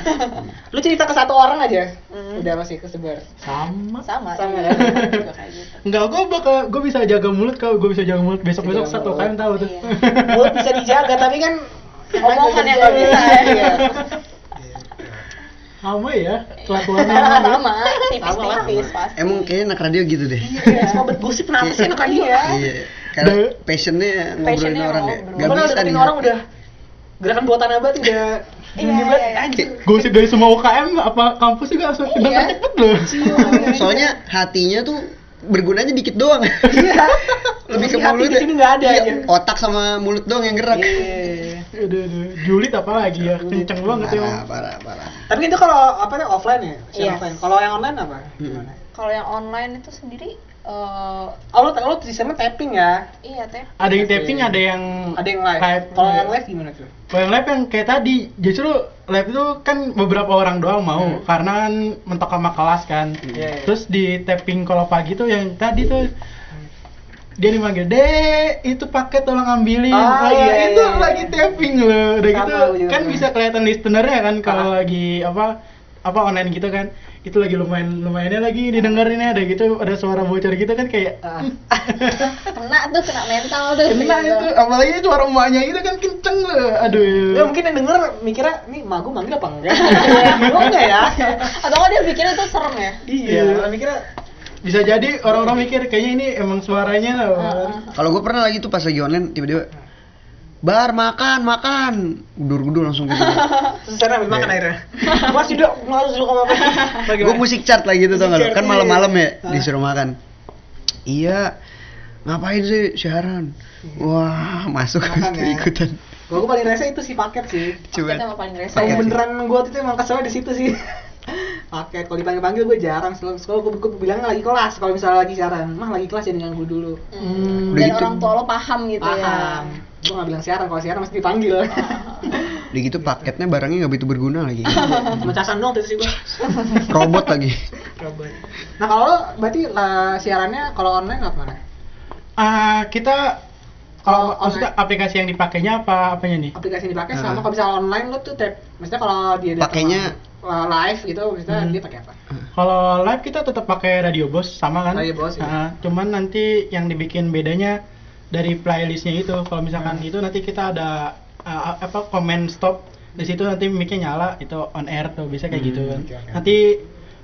lu cerita ke satu orang aja, Hmm. udah masih kesebar. Sama. sama Sama. iya, gua juga kayak [LAUGHS] gitu Enggak, gue bakal gue bisa jaga mulut kalau gue bisa jaga mulut Jaga besok-besok satu mulut. kalian tahu tuh. Iya. Mulut bisa dijaga tapi kan Omongan yang nggak nggak [LAUGHS] bisa. Iya. [LAUGHS] Sama ya, sama kelakuannya. sama Sama lah. tipis-tipis pasti emang kayaknya anak radio gitu deh Iya, sobat gosip kenapa sih anak radio? Iya. iya karena Dan- passionnya ngobrolin Passionnya orang ya ngobrol. nggak Padahal bisa deketin nih orang udah gerakan buat tanah bat udah Iya, dunia banget iya, iya. anjir. Gosip dari semua UKM apa kampus juga langsung [LAUGHS] Iya. dengar cepet loh. [LAUGHS] soalnya hatinya tuh bergunanya dikit doang Iya. [LAUGHS] lebih ke Hati mulut di sini nggak ada Iya, aja. otak sama mulut doang yang gerak Iya. [LAUGHS] Aduh, aduh. Julid apa lagi ya? Kenceng banget Gitu. ya. parah parah parah Tapi itu kalau apa nih offline ya? Share Iya. offline. Kalau yang online apa? Mm-mm. Gimana? kalau yang online itu sendiri eh Oh, lo, lo sistemnya tapping ya? iya teh Ada yang tapping, ada yang Iya. Ada yang live. Kayak- Kalau yang live gimana tuh? Kalau yang live yang kayak tadi, justru live itu kan beberapa orang doang mau Hmm. karena kan mentok sama kelas kan. Iya, iya. Terus di tapping kalau pagi tuh yang tadi tuh dia dimanggil, "Dek, itu paket tolong ambilin." Ah, Wah, iya, itu iya, iya. lagi tapping loh. Udah Sama, gitu iya, kan iya. bisa kelihatan listenernya kan Ah. kalau lagi apa apa online gitu kan. Itu lagi lumayan lumayannya lagi didengerin ya, ada gitu ada suara bocor gitu kan kayak Ah. kena tuh kena mental Iya, tuh Kena gitu. itu, apalagi suara emaknya itu kan kenceng loh. Aduh. Ya mungkin yang denger mikirnya, nih emak gue manggil apa enggak? Gue enggak ya? atau nggak dia pikir itu serem ya Iya, orang mikirnya bisa jadi orang-orang mikir kayaknya ini emang suaranya loh. kalau gue pernah lagi tuh pas lagi online tiba-tiba bar makan makan gudur gudur langsung [LAUGHS] gitu terus sekarang habis Iya. makan akhirnya. [LAUGHS] Mas sudah, mas sudah kamu apa? gue musik chart lagi tuh tau nggak lo? chart, kan iya. malam-malam ya Ah. disuruh makan iya ngapain sih siaran wah masuk [LAUGHS] Makan habis itu ya. ikutan Gue paling rese itu si paket sih. coba Kita mau paling ya. rese Yang Paket. beneran gue tuh emang keselnya di situ sih. [LAUGHS] Paket kalau dipanggil-panggil gue jarang selalu sekolah gue gue bilang lagi kelas kalau misalnya lagi siaran mah lagi kelas jadi ganggu dulu Hmm. Udah dan gitu. orang tua lo paham gitu paham ya gue nggak bilang siaran kalau siaran mesti [LAUGHS] dipanggil udah gitu paketnya barangnya nggak begitu berguna lagi mecasan dong terus sih gue robot [LAUGHS] lagi nah kalau lo berarti lah, siarannya kalau online apa mana Ah, kita kalau Kalau maksudnya aplikasi yang dipakainya apa apanya nih? aplikasi yang dipakai Ah. Eh. sama kalau misalnya online lo tuh tap maksudnya kalau dia datang Pakainya- uh, live gitu maksudnya Hmm. dia pakai apa Kalau live kita tetap pakai Radio Bos sama kan? Radio Bos, iya. Ah, cuman nanti yang dibikin bedanya dari playlistnya itu. Kalau Ah. misalkan itu nanti kita ada ah, apa komen stop di situ nanti mic-nya nyala itu on air tuh bisa kayak gitu kan. Hmm, oke, oke. Nanti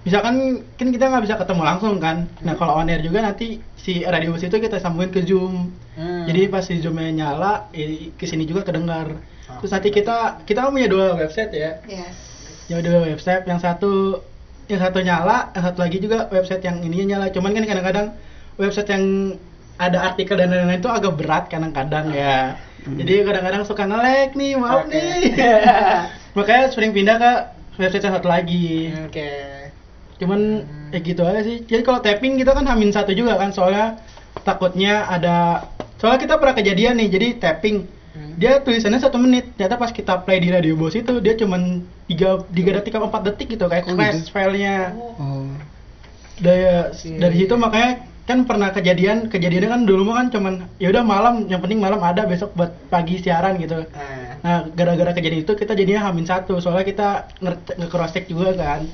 misalkan kan kita nggak bisa ketemu langsung kan. Hmm. Nah kalau on air juga nanti si Radio Bos itu kita sambungin ke Zoom. Hmm. Jadi pas si zoomnya nyala, eh, kesini juga kedengar. Ah. Terus nanti kita kita kan punya dua website ya. yes Ya dua website, yang satu yang satu nyala, yang satu lagi juga website yang ininya nyala. Cuman kan kadang-kadang website yang ada artikel dan lain-lain itu agak berat kadang-kadang ya. Jadi kadang-kadang suka nge-lag nih, maaf Hmm. Oke. nih. [LAUGHS] Makanya sering pindah ke website yang satu lagi. [LAUGHS] oke Cuman ya gitu aja sih. Jadi kalau tapping kita kan hamin satu juga kan soalnya takutnya ada soalnya kita pernah kejadian nih. Jadi tapping Hmm. dia tulisannya satu menit ternyata pas kita play di radio bos itu dia cuman tiga tiga detik atau empat detik gitu kayak Oh, crash gitu. filenya Oh. dari Iya. dari situ makanya kan pernah kejadian kejadiannya kan dulu mah kan cuman ya udah malam yang penting malam ada besok buat pagi siaran gitu Ah. nah gara-gara kejadian itu kita jadinya hamin satu soalnya kita nge cross check juga kan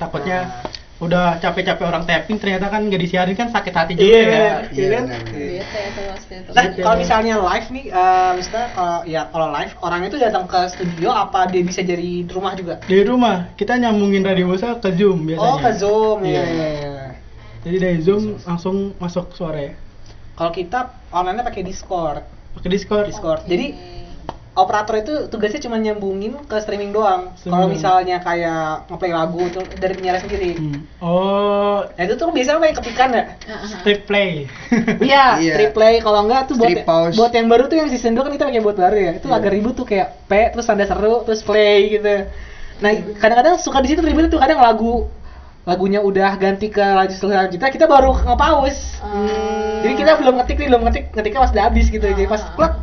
Ah. takutnya udah capek-capek orang tapping ternyata kan nggak disiarin kan sakit hati juga Iya, kan Iya, iya kan? benar. Iya. bete tuh pasti itu Nah, Betul. kalau misalnya live nih, eh misalnya kalau ya kalau live orang itu datang ke studio apa dia bisa jadi di rumah juga? dari rumah kita nyambungin radio bosa ke zoom biasanya Oh, ke Zoom ya. Iya. jadi dari zoom langsung masuk sore Kalau kita online-nya pakai Discord. pakai discord, Discord. Oke. Jadi operator itu tugasnya cuma nyambungin ke streaming doang. Kalau Streaming. misalnya kayak ngeplay lagu tuh dari penyiar sendiri. Hmm. oh Nah, itu tuh biasanya pakai ketikan ya. Ah, ah, ah. strip play [LAUGHS] Iya, Iya. strip play kalau enggak tuh buat Strip pause. buat yang baru tuh yang season 2 kan kita pakai buat baru ya. Itu agak ribut tuh kayak P terus tanda seru terus play gitu. Nah, kadang-kadang suka di situ ribut tuh kadang lagu lagunya udah ganti ke lagu selanjutnya kita baru nge-pause. Hmm. Jadi kita belum ngetik nih, belum ngetik, ngetiknya pas udah habis gitu. Jadi pas Ah. plek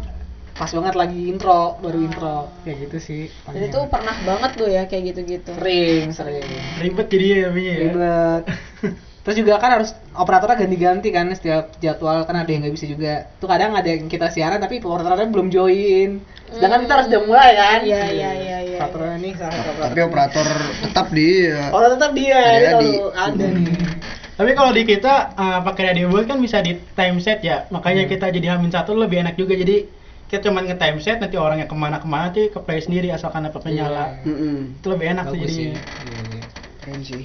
pas banget lagi intro, baru intro. Kayak gitu sih. Dan itu pernah banget tuh ya kayak gitu-gitu. sering, sering. ribet jadi ya namanya ya [LAUGHS] Ribet. Terus juga kan harus operatornya ganti-ganti kan setiap jadwal kan ada yang nggak bisa juga. Tuh kadang ada yang kita siaran tapi operatornya belum join. Sedangkan kita harus udah mulai kan. Iya, iya, iya, iya. Operatornya nih salah satu Tapi operator. operator tetap di ya. Oh tetap dia, Dia gitu. dia di- selalu ada nih. Tapi kalau di kita eh, pakai radio buat kan bisa di time set ya, makanya Hmm. kita jadi hamin satu lebih enak juga. Jadi kita cuman nge time set nanti orangnya kemana-kemana nanti ke play sendiri asalkan dapat nyala. Mm-mm. Itu lebih enak tuh Iya. Bagus sih. jadi Iya, iya. Keren sih.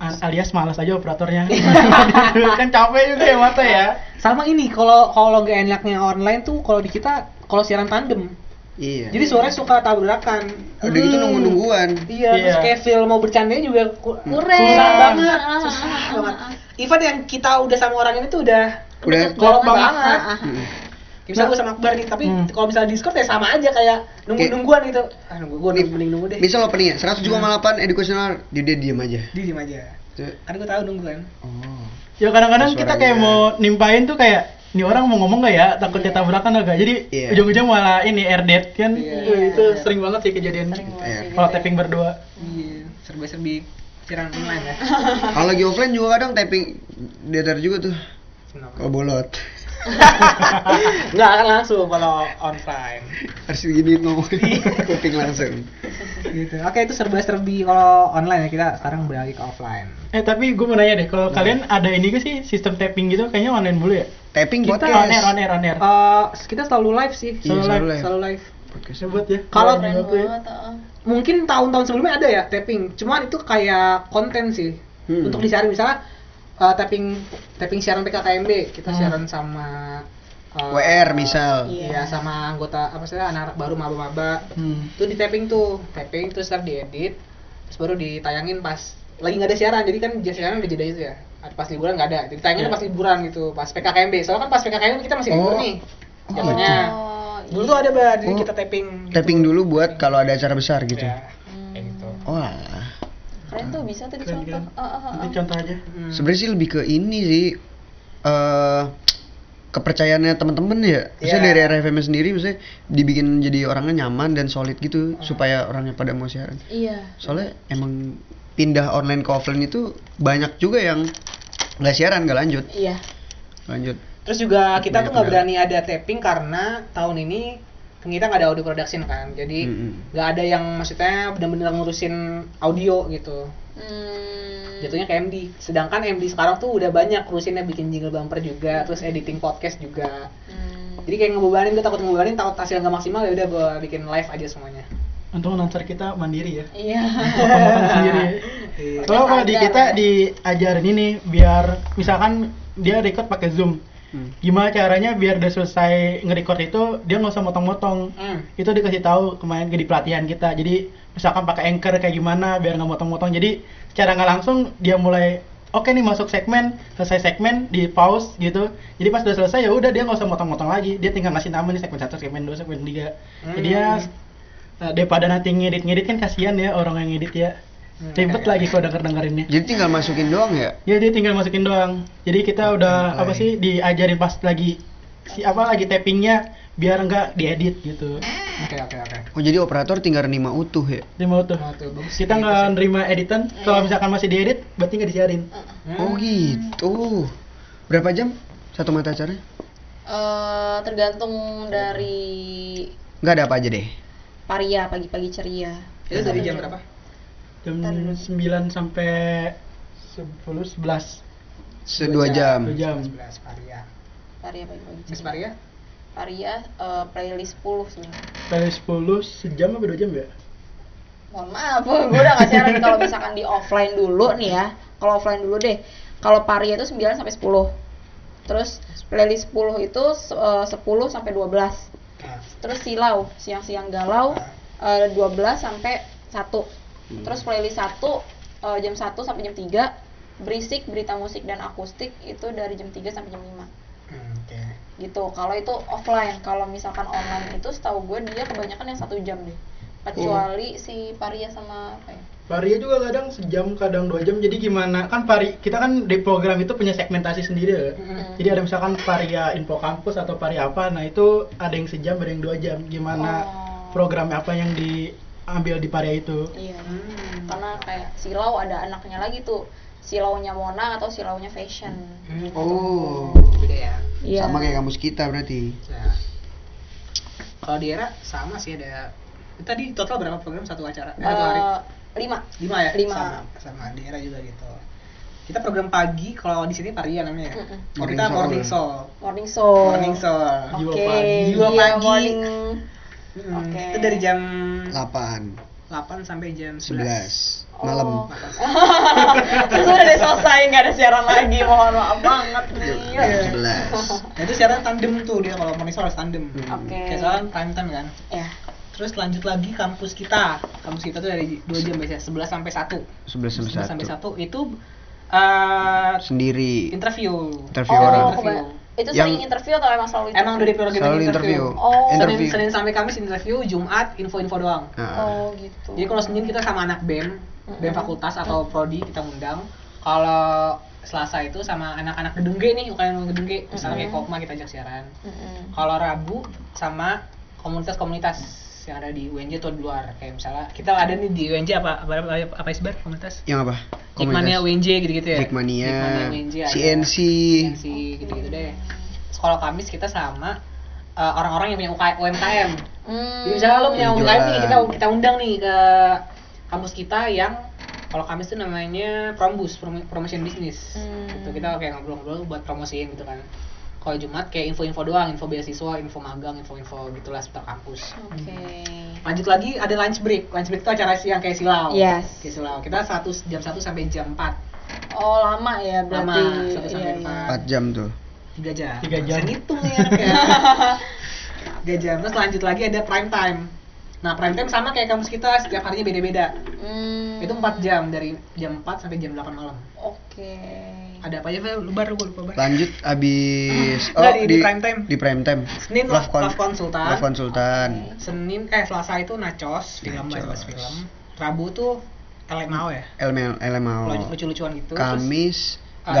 alias malas aja operatornya. [LAUGHS] kan capek juga ya mata ya. Sama ini kalau kalau nggak enaknya online tuh kalau di kita kalau siaran tandem. Iya. Jadi suaranya suka tabrakan. udah gitu Hmm. nunggu-nungguan. Iya, terus Iya. kayak feel mau bercandanya juga ku- Kurang. susah banget, Ah, susah ah, ah, banget. ah. Even yang kita udah sama orang ini tuh udah Udah klop Banget. banget. Ah, ah. Mm. Kayak Misalnya gue sama Akbar nih, tapi Hmm. kalau misalnya Discord ya sama aja kayak nunggu-nungguan gitu. Ah, nunggu gue Nih, mending nunggu deh. Misal openingnya 107,8 educational, dia dia diam aja. Dia diem aja. Tuh. Kan gue tahu nunggu kan. Oh. Ya kadang-kadang Suaranya. kita kayak mau nimpain tuh kayak ini orang mau ngomong gak ya takutnya tabrakan agak jadi Iya. ujung-ujung malah ini airdet kan Iya. itu sering banget sih kejadian Sering banget Iya. kayak gitu kalau ya. tapping berdua Iya, serba-serbi siaran online [LAUGHS] ya. Kalau lagi offline juga kadang typing datar juga tuh. Kalau bolot Enggak akan langsung kalau online. harus begini ngomong kuping langsung. gitu. Oke, itu serba-serbi kalau online ya kita sekarang beralih ke offline. Eh tapi gue mau nanya deh, kalau kalian ada ini gak sih sistem tapping gitu? Kayaknya online dulu ya? Typing Kita podcast. on air, on air, on air. Eh, kita selalu live sih, Iya, selalu live. Selalu live. Podcastnya Sebut ya. Kalau- Keren Buat gue. banget, ah, ah. mungkin tahun-tahun sebelumnya ada ya tapping cuman itu kayak konten sih Hmm. untuk disiarin misalnya uh, tapping tapping siaran PKKMB kita Hmm. siaran sama uh, WR misal. iya sama anggota apa sih anak-anak baru maba-maba Hmm. itu di tapping tuh tapping terus ntar diedit terus baru ditayangin pas lagi nggak ada siaran jadi kan biasanya siaran udah jeda itu ya Ada- pas liburan nggak ada jadi tayanginnya Iya. pas liburan gitu pas PKKMB soalnya kan pas PKKMB kita masih libur Oh. nih Oh. jatuhnya Oh, Iya, dulu tuh ada bah jadi Oh. kita tapping gitu. Typing dulu buat kalau ada acara besar gitu. Ya, kayak gitu Oh alah. keren tuh bisa tuh Keren, dicontoh. keren. Ah, ah, ah, Nanti ah. contoh aja. Hmm. Sebenarnya sih lebih ke ini sih. eh kepercayaannya teman-teman ya. Misalnya Iya. dari RFM sendiri misalnya dibikin jadi orangnya nyaman dan solid gitu supaya orangnya pada mau siaran. Iya. Soalnya emang pindah online ke offline itu banyak juga yang nggak siaran, nggak lanjut. Iya. Lanjut. Terus juga kita Iya, Banyak tuh nggak kendala. berani ada taping karena tahun ini kita nggak ada audio production kan, jadi Mm-mm. nggak ada yang maksudnya benar-benar ngurusin audio gitu. Hmm. Jatuhnya ke MD. Sedangkan MD sekarang tuh udah banyak ngurusinnya bikin jingle bumper juga, terus editing podcast juga. Hmm. Jadi kayak ngebebanin, gue takut ngebebanin, takut hasil nggak maksimal ya udah gue bikin live aja semuanya. Untung announcer kita mandiri ya. [LAUGHS] Iya. Makan sendiri. ya. Iya. Kalau kalau di Sadar kita ya. diajarin ini biar misalkan dia record pakai Zoom. Hmm. Gimana caranya biar udah selesai nge-record itu dia nggak usah motong-motong. Hmm. itu dikasih tahu kemarin di pelatihan kita jadi misalkan pakai anchor kayak gimana biar nggak motong-motong jadi secara nggak langsung dia mulai oke nih masuk segmen selesai segmen di pause gitu jadi pas udah selesai ya udah dia nggak usah motong-motong lagi dia tinggal ngasih nama nih segmen satu segmen dua segmen tiga Hmm. jadi ya eh, daripada nanti ngedit-ngedit kan kasihan ya orang yang ngedit ya Hmm, ribet iya. lagi kalau denger dengerinnya Jadi tinggal masukin doang ya. ya dia tinggal Oh, masukin doang jadi kita udah apa sih diajarin pas lagi si apa lagi tappingnya biar nggak diedit gitu Oke oke oke. Oh jadi operator tinggal nerima utuh ya? terima tuh Nah, tuh, bagus. kita nggak nerima editan kalau misalkan masih diedit berarti nggak disiarin Hmm. Oh gitu. Berapa jam satu mata acaranya? Eh, tergantung dari Nggak ada apa aja deh. paria pagi-pagi ceria. Itu dari jam berapa? jam Ntar dulu. 9 sampai 10 11 Se- Dua jam. 2 jam Sebelas ya. paria. Paria pagi-pagi Miss ceria. Maria? Paria eh, playlist 10 sebenarnya. sampai 10 sejam apa 2 jam ya mohon maaf gue udah nggak siaran kalau misalkan di offline dulu nih ya kalau offline dulu deh kalau paria itu 9 sampai 10 terus playlist 10 itu se- eh, 10 sampai 12 Nah, terus silau siang-siang galau eh, 12 sampai Hmm. 1 terus playlist 1 eh, jam 1 sampai jam 3 berisik berita musik dan akustik itu dari jam 3 sampai jam 5 hmm, Oke. gitu kalau itu offline kalau misalkan online itu setahu gue dia kebanyakan yang satu jam deh Oh. kecuali si paria sama apa ya Paria juga kadang sejam, kadang dua jam. Jadi gimana? Kan pari kita kan di program itu punya segmentasi sendiri. ya. Jadi ada misalkan paria info kampus atau paria apa. Nah itu ada yang sejam, ada yang dua jam. Gimana Oh. program apa yang diambil di paria itu? Iya. Karena kayak silau ada anaknya lagi tuh. Silaunya Mona atau silaunya fashion. Oh. Beda ya. Iya. Sama kayak kampus kita berarti. Ya. Kalau di era sama sih ada tadi total berapa program satu acara? Eh, satu hari. Eh, lima. Lima ya? lima. Sama, sama di era juga gitu. Kita program pagi kalau di sini paria namanya. ya? Mm-mm. Kalau kita Morning morning soul. soul. Morning show. Morning soul. Oke. Jiwa Jiwa pagi. Iya, pagi. [LAUGHS] morning. Hmm, Oke. Itu dari jam 8, 8 sampai jam 11 11. malam. Oh. Terus udah selesai nggak ada siaran lagi. Mohon maaf banget Iya, nih. Jam 11. Nah, itu siaran tandem tuh dia kalau morning soul harus tandem. Oke. Kayak soalnya prime time kan. Ya. Terus lanjut lagi kampus kita. Kampus kita tuh dari 2 jam biasanya 11 sampai 1. 11 11 sampai sampai 1. 1 itu eh Sendiri. interview. Interview orang. Oh, Interview. keba- itu Yang- sering interview atau emang selalu interview? Emang dari program kita Selalu interview. Oh. Senin, Interview. Senin sampai Kamis interview, Jumat info-info doang. Ah. Oh gitu. Jadi kalau Senin kita sama anak BEM, BEM fakultas atau prodi kita undang. Kalau Selasa itu sama anak-anak gedung G nih, UKM gedung G, misalnya kayak Kopma kita ajak siaran. Mm-mm. Kalau Rabu sama komunitas-komunitas yang ada di UNJ atau di luar kayak misalnya kita ada nih di UNJ apa apa apa, apa Isbar komunitas Yang apa? Jikmania Komunitas. UNJ gitu-gitu ya Jikmania, UNJ ada. CNC. CNC gitu-gitu deh Terus kalau Kamis kita sama eh, orang-orang yang punya UK- UMKM jadi Hmm. Iya, misalnya lo Iya, punya Yang UMKM nih jualan. kita kita undang nih ke kampus kita yang kalau Kamis tuh namanya Prombus Prom- Promotion Business Hmm. gitu kita kayak ngobrol-ngobrol buat promosiin gitu kan kalau Jumat kayak info-info doang info beasiswa info magang info-info gitulah seputar kampus Oke. lanjut lagi ada lunch break lunch break itu acara siang kayak silau Yes. kayak silau kita satu jam satu sampai jam 4 Oh lama ya berarti. iya. Lama, satu sampai empat. 4 jam tuh. tiga jam Tiga jam. Bisa ngitung ya [LAUGHS] anak ya. tiga jam terus lanjut lagi ada prime time nah prime time sama kayak kampus kita setiap harinya beda-beda Hmm. itu empat jam dari jam 4 sampai jam 8 malam Oke. ada apa aja Fel? lu baru gue lupa Fel. Lanjut abis Oh, Nggak, di- di prime time. Di prime time. Senin Love, Kon- Love Konsultan Love Konsultan. Senin eh Selasa itu Nachos film Nachos. bahas film Rabu tuh LMAO ya LML, LMAO. Lu- lucu-lucuan gitu terus Kamis Ah,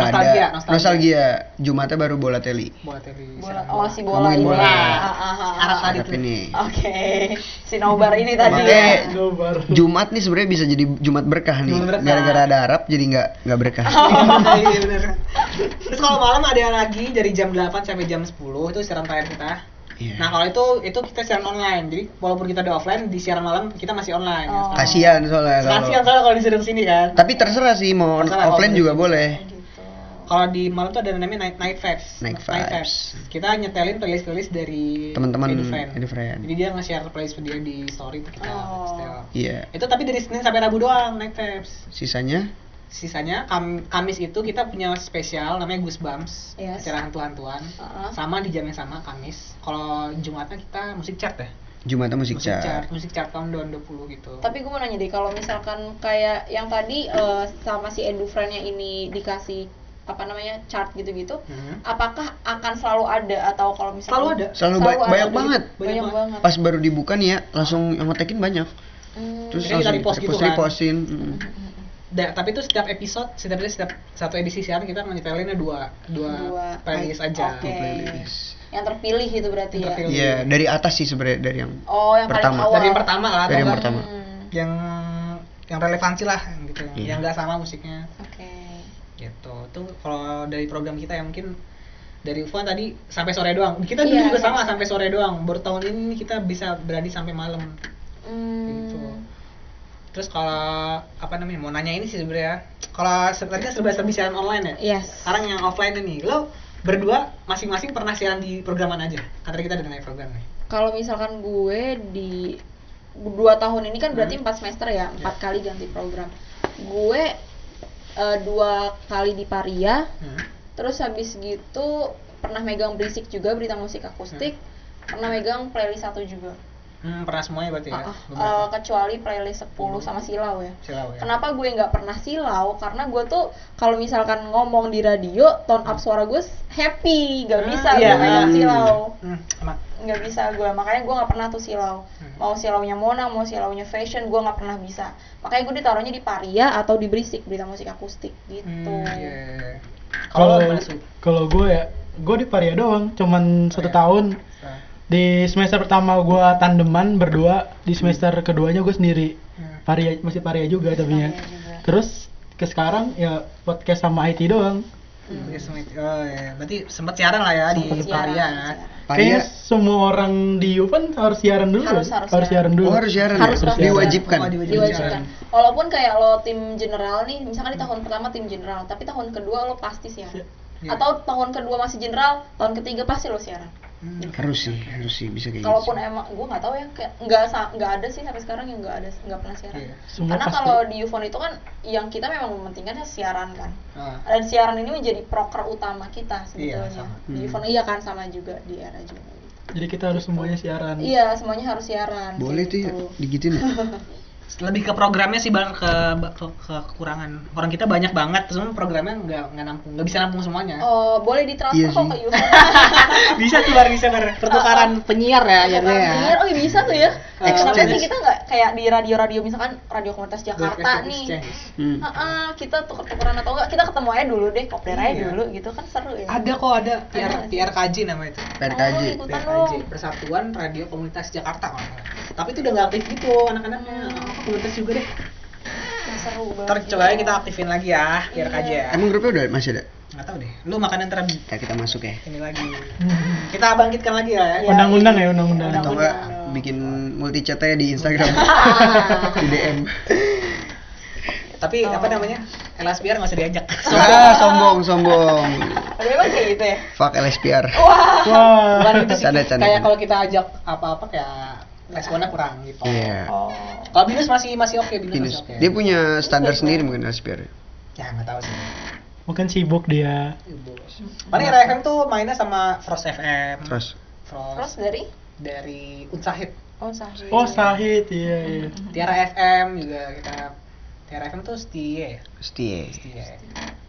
nggak ada nostalgia, nostalgia. nostalgia. Jumatnya baru bola teli. bola teri Bola. serang Oh bola. si bola Ngomongin ini. bola. Ah, ah, ah. Arab tadi Tapi tuh nih Oke. Si nobar ini tadi. Makanya [LAUGHS] ya. Nobar. Jumat nih sebenarnya bisa jadi Jumat berkah nih. Jumat berkah. Gara-gara ada Arab jadi nggak nggak berkah. [LAUGHS] Iya bener. Terus kalau malam ada lagi dari jam 8 sampai jam 10 itu siaran tayang kita. Iya. Nah kalau itu itu kita siaran online. Jadi walaupun kita ada offline di siaran malam kita masih online. Oh. Kasihan soalnya kalau. Kasihan soalnya kalau disuruh sini kan. Tapi terserah sih mau on- Terserah offline kalau juga boleh. Eh. Gitu. Kalau di malam tuh ada namanya night night vibes. Night vibes. Kita nyetelin playlist playlist dari Teman-teman Edufriend. Edufriend. Jadi dia nge-share playlist dia di story tuh kita Oh. setel. Iya. Itu tapi dari Senin sampai Rabu doang night vibes. Sisanya Sisanya Kam- Kamis itu kita punya spesial namanya Goosebumps, Yes. acara hantu-hantuan. Uh-uh. Sama di jam yang sama Kamis. Kalau Jumatnya kita musik chart ya. Jumatnya musik chart. musik chart tahun 2020 gitu. Tapi gue mau nanya deh kalau misalkan kayak yang tadi eh, sama si Edu friend-nya ini dikasih apa namanya chart gitu-gitu, Hmm. apakah akan selalu ada atau kalau misalkan gitu. Selalu Selalu ba- ada. banyak banget. Banyak Banyak banget. Pas baru dibuka nih ya langsung yang ngetekin banyak. Hmm. Terus Jadi kita langsung repost gitu repost- kan. repostin. Mm. da- tapi itu setiap episode, setiap setiap satu edisi siaran kita menyetelinnya dua dua, Dua. playlist aja. Oke. Playlist. Yang terpilih itu berarti ya. Terpilih. Iya, dari atas sih sebenarnya dari yang Oh, yang Pertama. paling awal. Hmm, Dari yang pertama lah, ya? dari yang atau pertama. enggak, yang yang relevansi lah gitu, Iya. yang nggak sama musiknya Oke. gitu. Tuh kalau dari program kita ya mungkin dari Ufuan tadi sampai sore doang. Kita dulu Iya, juga sama sama. sampai sore doang. Baru tahun ini kita bisa berani sampai malam. Hmm. gitu terus kalau apa namanya mau nanya ini sih sebenarnya ya. kalau se- tadi kan serba serbi siaran online ya Yes. sekarang yang offline ini lo berdua masing-masing pernah siaran di programan aja kan tadi kita ada nanya program nih Kalau misalkan gue di dua tahun ini kan berarti empat semester ya, empat kali ganti program. Gue eh, dua kali di Paria, hmm. terus habis gitu pernah megang berisik juga berita musik akustik, pernah megang playlist satu juga. Hmm, pernah semuanya berarti ya Ah, ah. Beberapa. Eh, kecuali playlist 10 sama silau ya. silau ya Kenapa gue nggak pernah silau? Karena gue tuh kalau misalkan ngomong di radio, tone up suara gue s- happy, nggak Hmm, bisa iya. gue pegang Hmm. silau, hmm, emang nggak bisa gue. Makanya gue nggak pernah tuh silau. Hmm. Mau silaunya Mona, mau silaunya fashion, gue nggak pernah bisa. Makanya gue ditaruhnya di Paria atau di Berisik, berita musik akustik gitu. hmm, iya, iya, iya. kalau Kalau lo gimana su kalau gue ya, gue di Paria doang, cuman Paria. satu tahun. Sa- Di semester pertama gue tandeman berdua, di semester keduanya gue sendiri. hmm. Paria masih Paria juga tapi ya. Paria juga. Terus ke sekarang ya podcast sama IT doang. Hmm. Berarti semua itu- Oh, iya. Berarti sempat siaran lah ya di Siaran, Paria. ya. siaran. Kayaknya Paria semua orang di Yuvan harus siaran dulu. Harus, ya? harus siaran. siaran dulu. Oh harus siaran Harus ya? dong. Diwajibkan. Oh, diwajibkan. diwajibkan. Walaupun kayak lo tim general nih, misalkan di tahun pertama tim general, tapi tahun kedua lo pasti siaran. Iya. Atau tahun kedua masih general, tahun ketiga pasti lo siaran. Hmm. Harus sih, harus sih bisa Iya kayak gitu. Kalaupun emang gue nggak tahu ya, kayak nggak sa- nggak ada sih sampai sekarang yang nggak ada nggak pernah siaran. Iya. Semua Karena pasti. kalau di Ufon itu kan yang kita memang mementingkan siaran kan. Ah. Dan siaran ini menjadi proker utama kita sebetulnya. Iya, sama. Di Hmm. Ufon iya kan sama juga di era juga. gitu. Jadi kita harus semuanya siaran. Iya, semuanya harus siaran. Boleh tuh ya, kayak gitu. digituin [LAUGHS] ya? lebih ke programnya sih bang ke, ke, ke kekurangan orang kita banyak banget cuma programnya nggak nggak nampung nggak bisa nampung semuanya Oh, boleh ditransfer Iya kok sih. ke Ufon. [LAUGHS] bisa tuh bar bisa bar pertukaran penyiar ya akhirnya ya Bener, Ah, oh iya bisa tuh ya. Eh, kenapa Exchange. sih kita nggak kayak di radio-radio misalkan radio komunitas Jakarta Broadcasting nih? exchange. Hmm. Heeh, kita tuker-tukeran atau enggak? Kita ketemu aja dulu deh, kopdar aja Iya. dulu gitu kan seru ya. ada kok ada PR Ada. PRKJ namanya itu PRKJ. Oh, ikutan PRKJ dong. Persatuan Radio Komunitas Jakarta kalau nggak salah. tapi itu udah nggak aktif gitu anak-anaknya Hmm. Oh, komunitas juga deh Nah, seru banget. ntar coba aja kita aktifin lagi ya Iya. PRKJ ya Emang grupnya udah masih ada? nggak tahu deh lu makan ntar Ya kita masuk ya. ini lagi kita bangkitkan lagi ya Iya. Undang-undang ya, undang-undang. Atau Undang-undang. enggak bikin multi chat aja di Instagram, di DM. Oh. tapi apa namanya LSPR nggak usah diajak Ah, sombong, sombong. Ada memang kayak gitu ya. Fuck LSPR. [LAUGHS] Wah. bukan gitu sih Canda, canda, kayak canda. kalau kita ajak apa-apa kayak responnya kurang gitu Iya. Oh. kalau binus masih masih oke binus, Pinus. masih oke Dia punya standar sendiri mungkin LSPR. ya nggak tahu sih Mungkin sibuk dia. paling Era FM tuh mainnya sama Frost FM Terus Frost, Terus dari dari Unsahid Oh, Sahri. Oh, Sahid, iya iya. Tiara FM juga kita Tiara FM tuh setia ya Setia. setia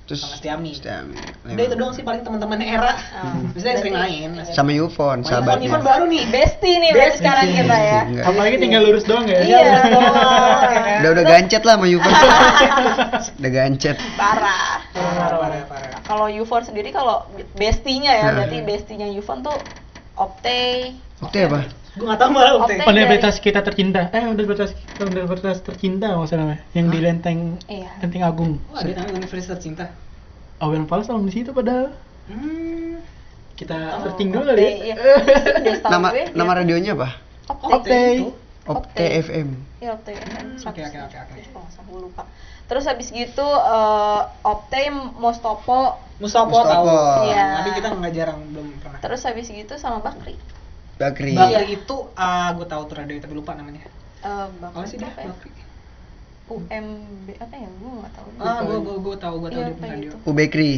Terus Sama Setiami. Setiami. udah itu doang sih paling teman-teman era Ah. biasanya sering main Sama Yufon, Event sahabatnya. event baru nih Besti nih berarti Besti. sekarang kita ya. Enggak. Apalagi tinggal lurus doang ya. Iya. [LAUGHS] Udah udah gancet lah sama Yufon. udah gancet. [LAUGHS] Parah. parah parah parah Kalau Ufon sendiri kalau bestinya ya, Nah. berarti bestinya Ufon tuh Opte. Oke apa? gue nggak tahu malah Ute. Opte. Universitas kita tercinta. Eh, universitas kita universitas tercinta maksudnya namanya. Yang di Lenteng Iya. Lenteng Agung. Oh, ada namanya Universitas Cinta. Awal Fals sama di situ padahal. Hmm. Kita Oh, tertinggal Opte, kali. ya? iya. Iya, setahu Nama gue, nama dia- radionya apa? Opte. Opte. itu. Opte Opte. FM. Iya, Opte. Hmm, Oke oke oke oke. Oh, sama gue lupa. Terus habis gitu eh, Opte Mostopo, Mustopo. Mustopo tahu. Iya. Tapi kita nggak jarang belum pernah. terus habis gitu sama Bakri. Bakri. Bakri Iya. itu ah gue tahu tuh radio tapi lupa namanya. Eh, Apa Bakri sih dia? apa ya? Oh, Bakri. UMB apa ya? Gue nggak tahu. Ah gue gue gue tahu gue tahu Iya, dia punya kayak radio. gitu. U Bakery.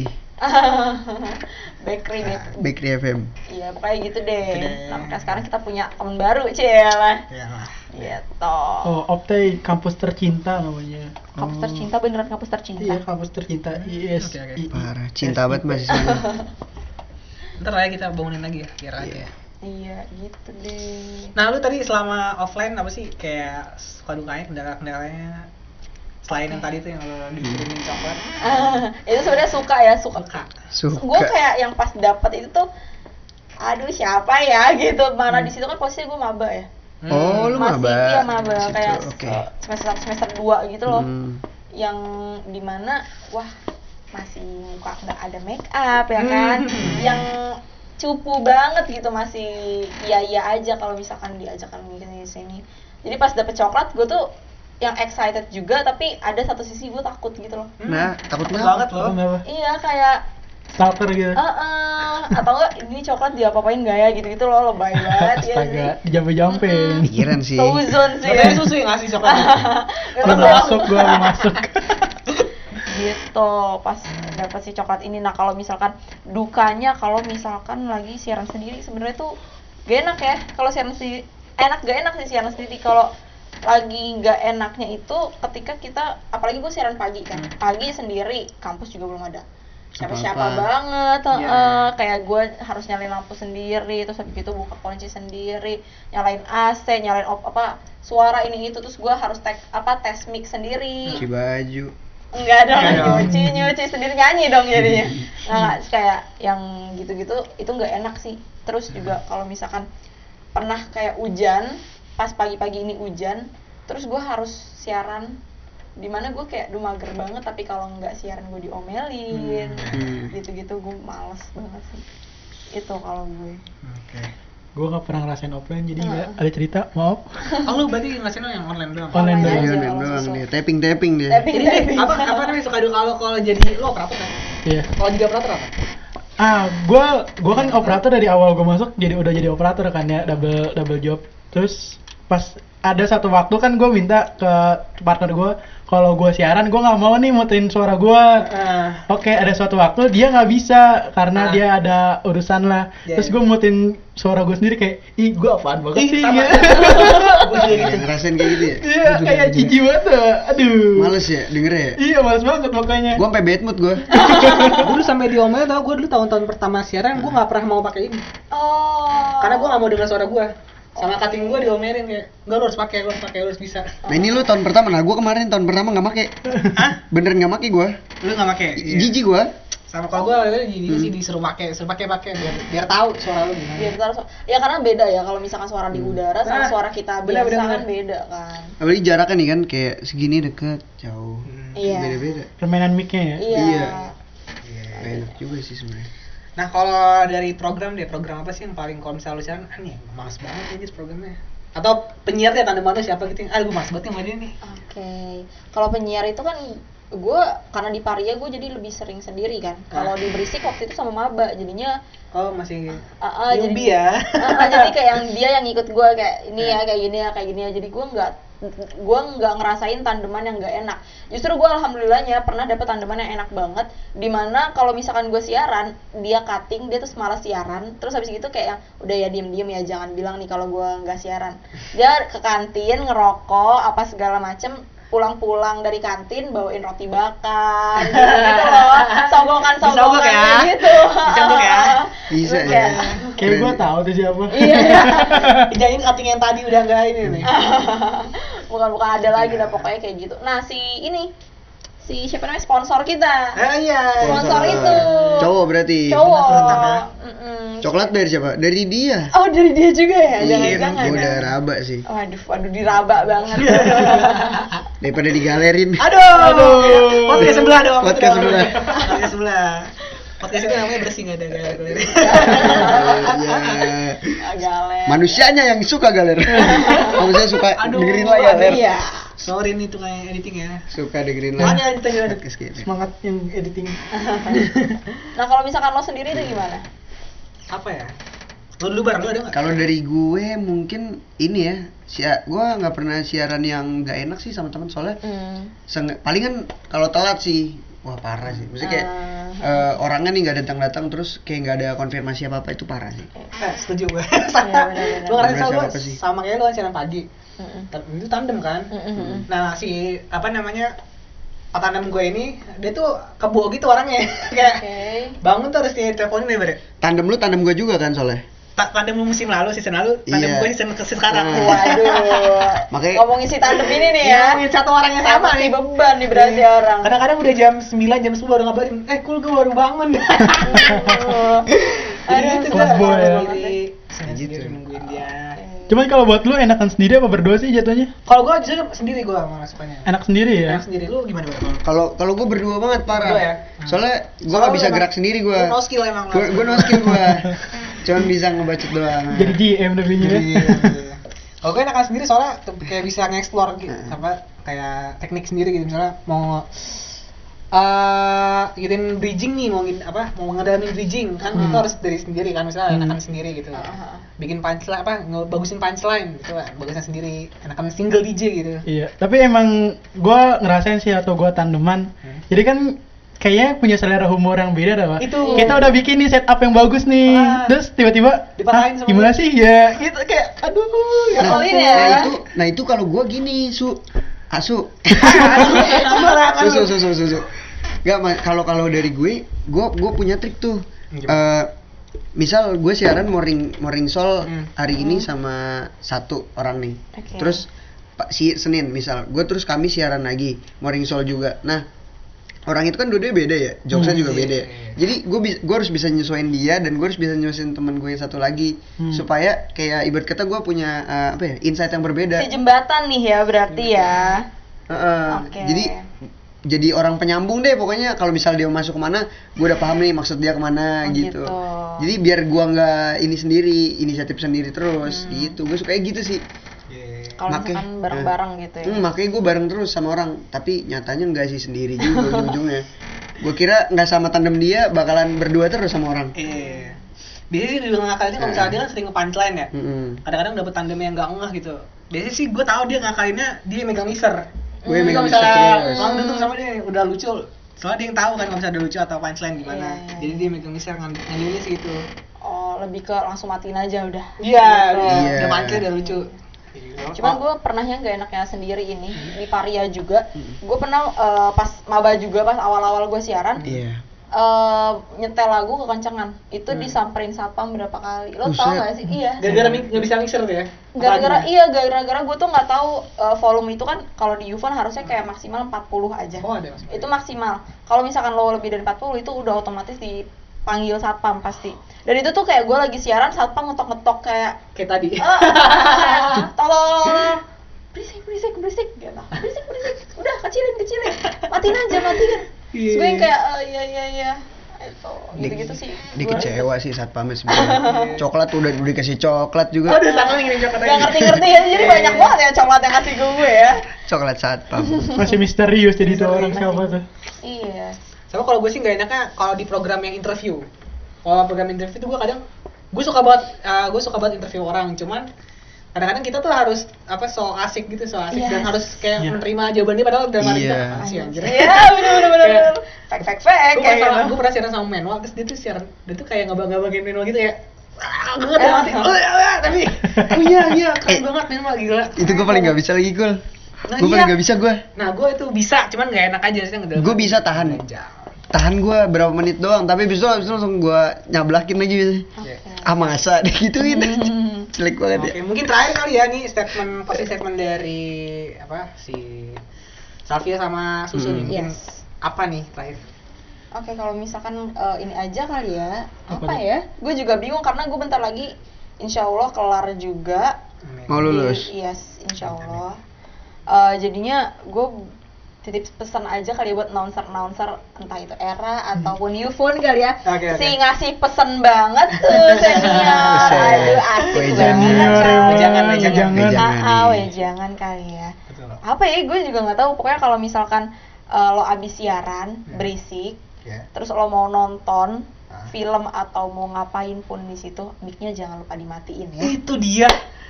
Bakery bakery. Bakery FM. Iya, pokoknya gitu deh. Gitu deh. Nah, makanya sekarang kita punya teman baru, Ciela. Ya lah. Gitu. [LAUGHS] Oh, Opte kampus tercinta namanya. Kampus Oh. tercinta beneran kampus tercinta. Iya, kampus tercinta. IS. Oke, oke. I- Parah, cinta banget masih sama. Ntar aja kita bangunin lagi ya kira aja. Iya. Iya, gitu deh. [LAUGHS] Nah lu tadi selama offline apa sih kayak suka dukanya kendala kendalanya ya, Selain yang tadi tuh yang lo dikirimin coklat. Ah, itu sebenarnya suka ya suka, Suka. Suka. gue kayak yang pas dapet itu tuh aduh siapa ya [LAUGHS] gitu mana di situ kan posisi gue maba ya Hmm. Oh, Hmm. lu masih maba. iya maba Di situ, kayak Oke. semester semester dua gitu loh Hmm. yang dimana wah masih muka nggak ada make up ya kan Hmm. yang cupu banget gitu masih iya iya aja kalau misalkan diajakan bikin di sini jadi pas dapet coklat gue tuh yang excited juga tapi ada satu sisi gue takut gitu loh Hmm? Nah, takut Takut kenapa? banget loh. Kenapa? iya kayak Stalker gitu. eh eh, atau enggak ini coklat diapa-apain gak ya gitu-gitu loh lebay banget iya ya Astaga, dijampe-jampe. Pikiran sih. Suzon sih Katanya susu yang ngasih [LAUGHS] coklat. [LAUGHS] Gua mau masuk, gua mau masuk. [LAUGHS] gitu pas dapet si coklat ini nah kalau misalkan dukanya kalau misalkan lagi siaran sendiri sebenarnya tuh gak enak ya kalau siaran sendiri enak gak enak sih siaran sendiri kalau lagi gak enaknya itu ketika kita apalagi gue siaran pagi kan Hmm. pagi sendiri kampus juga belum ada siapa-siapa Apa-apa. banget Iya. heeh. kayak gue harus nyalain lampu sendiri terus habis itu buka kunci sendiri nyalain AC nyalain op- apa suara ini itu terus gue harus tek apa tes mic sendiri Iya, Cuci baju. Enggak dong, Enggak dong. nyuci nyuci sendiri nyanyi dong [LAUGHS] jadinya. Nah, nggak, kayak yang gitu-gitu itu nggak enak sih. Terus juga kalau misalkan pernah kayak hujan, pas pagi-pagi ini hujan, terus gue harus siaran dimana gue kayak dumager banget tapi kalau nggak siaran gue diomelin Hmm. gitu-gitu gue males banget sih itu kalau gue Oke. Gua gak pernah ngerasain offline jadi Hmm. nggak ada cerita, maaf. Oh, lu berarti ngerasain yang online doang. ya, Online. Online Iya, aja nem kalau doang susu. dia. Tapping-tapping dia. tapi tapi Apa apa namanya suka duka lo kalau jadi lo operator kan? Iya. Kalau jadi operator apa? Ah, gua gua kan operator dari awal gua masuk jadi udah jadi operator kan ya double double job. Terus pas ada satu waktu kan gua minta ke partner gua kalau gua siaran gua nggak mau nih muterin suara gua. Eh, Oke, ada suatu waktu dia nggak bisa karena Ah. dia ada urusan lah. Iya, iya. Terus gue mutin suara gue sendiri kayak, ih gue apaan banget Ih, sih? [LAUGHS] sama. Iya, Gue juga Iya, gitu. ngerasain kayak gitu ya. Iya, kayak jijik banget. tuh. Aduh. Males ya dengernya ya. Iya, males banget makanya. Gua sampai bad mood gua. Gua dulu sampai diomelin tau gue dulu tahun-tahun pertama siaran gue nggak pernah mau pakai ini oh karena gue nggak mau dengar suara gue sama kating gue diomelin kayak enggak lu harus pakai lu harus pakai lu harus bisa Nah ini lu tahun pertama, nah gua kemarin tahun pertama nggak make, Hah? bener nggak make gua, Lu nggak pakai? I- Iya. jijik gua. Sama kalau gua jadi jadi sih disuruh pakai, suruh pakai pakai biar biar tahu suara lu gimana. Iya. biar taruh su- ya karena beda ya kalau misalkan suara di udara sama Benar. suara kita Hmm. Nah, Benar, biasa benar, kan benar. beda kan Apalagi jaraknya nih kan kayak segini deket, jauh, Iya. beda-beda. Permainan mic-nya ya. Iya. Iya. Nggak enak juga sih sebenarnya. Nah, kalau dari program deh, program apa sih yang paling kalau misalnya lu siaran, ah nih, males banget aja programnya. Atau penyiarnya tanda mata siapa gitu, yang, ah gue males banget yang ini nih. Oke. Kalau penyiar itu kan gue karena di Paria gue jadi lebih sering sendiri kan. Nah. Kalau di Berisik waktu itu sama Maba jadinya Oh, masih ah, ah, newbie jadi ya. Ah, ah, [LAUGHS] jadi [LAUGHS] kayak yang dia yang ngikut gue kayak ini Hmm. ya kayak gini ya kayak gini ya. Jadi gue nggak gue nggak ngerasain tandeman yang nggak enak. Justru gue alhamdulillahnya pernah dapet tandeman yang enak banget. Dimana kalau misalkan gue siaran dia cutting dia terus malas siaran. Terus habis gitu kayak yang, udah ya diem diem ya jangan bilang nih kalau gue nggak siaran. Dia ke kantin ngerokok apa segala macem pulang-pulang dari kantin bawain roti bakar gitu, gitu [LAUGHS] loh sogokan Disogok sogokan ya. gitu Disogok [LAUGHS] ya. Bisa Terus ya. kayak- Kayak Keren. gue tahu tuh siapa. [LAUGHS] iya Jangan cutting yang tadi udah enggak ini nih. Ah. bukan bukan ada lagi lah pokoknya kayak gitu nah si ini si siapa namanya sponsor Eh, kita Ah iya. Sponsor itu. Cowok berarti. cowok Berenang ya. Mm-mm. Coklat dari siapa? Dari dia. oh dari dia juga ya jangan Iya, jangan gua udah Iya. raba sih. waduh waduh diraba banget [LAUGHS] Daripada digalerin. Aduh. Podcast sebelah dong. Podcast sebelah. Podcast sebelah. Podcast itu namanya bersih enggak ada [LAUGHS] galeri. Iya. galer Manusianya yang suka [LAUGHS] galer. Manusia suka Aduh, dengerin lah ya, Nah. galer. iya Sorry nih tuh kayak editing ya. Suka dengerin lah. Lanjut lanjut lanjut. Podcast gitu. [LAUGHS] Semangat yang editing. nah kalau misalkan lo sendiri itu gimana Apa ya? Lu dulu bareng lu ada enggak? Kalau dari gue mungkin ini ya, sia gue nggak pernah siaran yang nggak enak sih sama teman soalnya Mm. seng- palingan kalau telat sih wah parah sih. Maksudnya kayak Ah. eh, orangnya nih nggak datang-datang terus kayak nggak ada konfirmasi apa-apa itu parah sih. Eh, setuju gue. Iya, [LAUGHS] benar-benar. Lu ngerasain sama Berasa apa sih? gue sama kayak lu kan siaran pagi. Mm-mm. Tan- Itu tandem kan? Mm-mm. Nah, si apa namanya? Tandem gue ini, dia tuh kebo gitu orangnya. [LAUGHS] Kayak oke bangun tuh harus diteleponin ya, Bre. Tandem lu tandem gue juga kan soalnya. ta- tandem musim lalu season lalu tandem Iya. gue season ke season sekarang Nah. Waduh. Makanya- Iya, ngomongin si tandem ini nih ya. Iya. Ngomongin Iya, satu orang yang sama Emang nih. nih beban nih berarti orang. Kadang-kadang udah jam 9, jam 10 baru ngabarin, eh cool gue baru [LAUGHS] bangun. Aduh, Iya, gitu, susah Boy. ya. banget Jadi, sih. Season Gitu. sendiri nungguin dia Iya. Cuman kalau buat lu enakan sendiri apa berdua sih jatuhnya? Kalau gue justru sendiri gue malah sukanya. Enak sendiri ya? Yang sendiri lu gimana bang? Kalau kalau gue berdua banget parah. Berdua ya? Soalnya gue Soalnya nggak lu bisa emang- gerak sendiri gue. Lu no skill emang. Gue gue no skill [LAUGHS] gue. Cuman bisa ngebacot doang. Jadi GM tapi ya? Iya. Kalau gue enakan sendiri soalnya te- kayak bisa nge-explore gitu, apa kayak teknik sendiri gitu misalnya mau eh gituin bridging nih mau ngin- apa mau ngedalamin bridging kan itu harus dari sendiri kan misalnya enakan sendiri gitu Ah, ah. bikin punchline apa ngebagusin punchline gitu lah bagusan sendiri enakan single DJ gitu [LAUGHS] Iya, tapi emang gua ngerasain sih atau gua tandeman. Jadi kan kayaknya punya selera humor yang beda dah, Pak. Itu. Kita udah bikin nih setup yang bagus nih. Ah. Terus tiba-tiba Dipatahin "Hah, sama gimana dia." sih? Ya, [LAUGHS] gitu. gitu kayak aduh ya Nah, Ngeselin ya. nah itu nah itu kalau gue gini su asu sembarangan susu susu susu susu Gak, Ma- kalau kalau dari gue gue gue punya trik tuh Eh, misal gue siaran morning morning sol Hmm. hari ini sama satu orang nih Oke. terus pa- si senin misal gue terus kami siaran lagi morning sol juga nah orang itu kan dua-duanya beda ya jokesnya juga beda ya. jadi gue gue harus bisa nyesuaiin dia dan gue harus bisa nyesuaiin teman gue yang satu lagi supaya kayak ibarat kata gue punya eh, apa ya insight yang berbeda Si jembatan nih ya berarti Iya. ya. Heeh. Oke. Jadi jadi orang penyambung deh pokoknya kalau misal dia masuk kemana, gue udah paham nih maksud dia kemana Oh, gitu. gitu. Jadi biar gua nggak ini sendiri, inisiatif sendiri Hmm. terus gitu. Gue suka gitu sih. Iya. Kalau Makanya- misalkan bareng-bareng gitu ya. Hmm, makanya gue bareng terus sama orang, tapi nyatanya nggak sih sendiri [LAUGHS] juga ujung-ujungnya. Gue kira nggak sama tandem dia bakalan berdua terus sama orang. Iya. Iya, eh biasanya sih di dunia ngakal ini kalau misalnya dia kan sering ke punchline ya Mm-mm. kadang-kadang dapet tandem yang gak ngeh gitu biasanya sih gue tahu dia ngakalinnya dia yang megang miser Gue Hmm, Jadi megang kalau miser misalnya terus. iya. orang tutup sama dia udah lucu soalnya dia yang tahu kan kalau misalnya udah lucu atau punchline gimana Iya, iya, jadi dia megang miser ngambil ngambilnya sih gitu Oh, lebih ke langsung matiin aja udah. iya Gitu. udah- Iya. Oh. udah punchline udah lucu Cuman gue pernahnya gak enaknya sendiri ini Hmm. di Paria juga. Gue pernah eh, pas maba juga pas awal-awal gue siaran Iya. eh, nyetel lagu kekencengan. Itu disamperin satpam berapa kali. Lo tau Hmm. Buset. gak sih? Iya. gara-gara mi- nggak bisa mixer tuh ya Gara-gara iya gara-gara gue tuh nggak tahu eh, volume itu kan kalau di Yufan harusnya kayak maksimal 40 aja. oh ada mas itu maksimal kalau misalkan lo lebih dari 40 itu udah otomatis dipanggil satpam pasti dan itu tuh kayak gue lagi siaran satpam ngetok-ngetok kayak kayak tadi Eh, "Ah, tolong berisik berisik berisik gitu berisik berisik udah kecilin kecilin matiin aja matiin Terus gue yang kayak "Eh, iya iya iya itu gitu-gitu sih Dia Gua- kecewa sih saat pamit sebenarnya. [LAUGHS] coklat udah udah dikasih coklat juga. aduh tangan ngirim coklat Iya, Gak ngerti-ngerti ya, jadi banyak banget ya coklat yang kasih gue ya Coklat saat pamit. Masih misterius jadi dua orang siapa tuh. Iya sama kalau gue sih nggak enaknya kalau di program yang interview kalau program interview tuh gue kadang gue suka banget gue suka banget interview orang cuman kadang-kadang kita tuh harus apa so asik gitu so asik dan Yes. harus kayak Iya. menerima jawabannya padahal dalam hati Iya. kita "Ah, sih anjir Iya [LAUGHS] bener-bener Fake fake gue fake pernah, kayak sama- gitu. gua pernah siaran sama manual terus dia tuh siaran dia tuh kayak ngabang-ngabangin manual gitu ya ah, gue nggak hati "Oh, iya, [LAUGHS] iya," [LAUGHS] tapi oh, iya iya kan. Eh, keren banget manual gila Itu gue paling nggak bisa lagi gul. Nah, gue iya. paling nggak bisa gue. nah gue itu bisa cuman nggak enak aja sih ngedalam Gue bisa tahan. tahan gue berapa menit doang tapi abis itu abis itu langsung gue nyablakin lagi biasanya. ah masa [LAUGHS] digituin Hmm. jelek banget Hmm. Oke, ya mungkin terakhir kali ya nih statement pasti statement dari apa si Safia sama Susu nih. Hmm. Mungkin Yes. apa nih terakhir? Oke, kalau misalkan eh, ini aja kali ya, apa, Apa tuh? ya? Gue juga bingung karena gue bentar lagi, insya Allah kelar juga. mau lulus Jadi, Yes, insya Allah. Eh, jadinya gue titip pesan aja kali ya buat announcer announcer entah itu era ataupun Yufun kali ya Oke, oke. si ngasih pesen banget tuh senior Buset. aduh asik Weh, banget Senior, emang. coy. Jangan, jangan. Eh, jangan. jangan Ah, ah, nih. weh, jangan kali ya. Apa ya? Gue juga nggak tahu. Pokoknya kalau misalkan eh, lo abis siaran Ya. berisik, terus lo mau nonton Ah. film atau mau ngapain pun di situ, mic-nya jangan lupa dimatiin [LAUGHS] ya. Eh, Itu dia.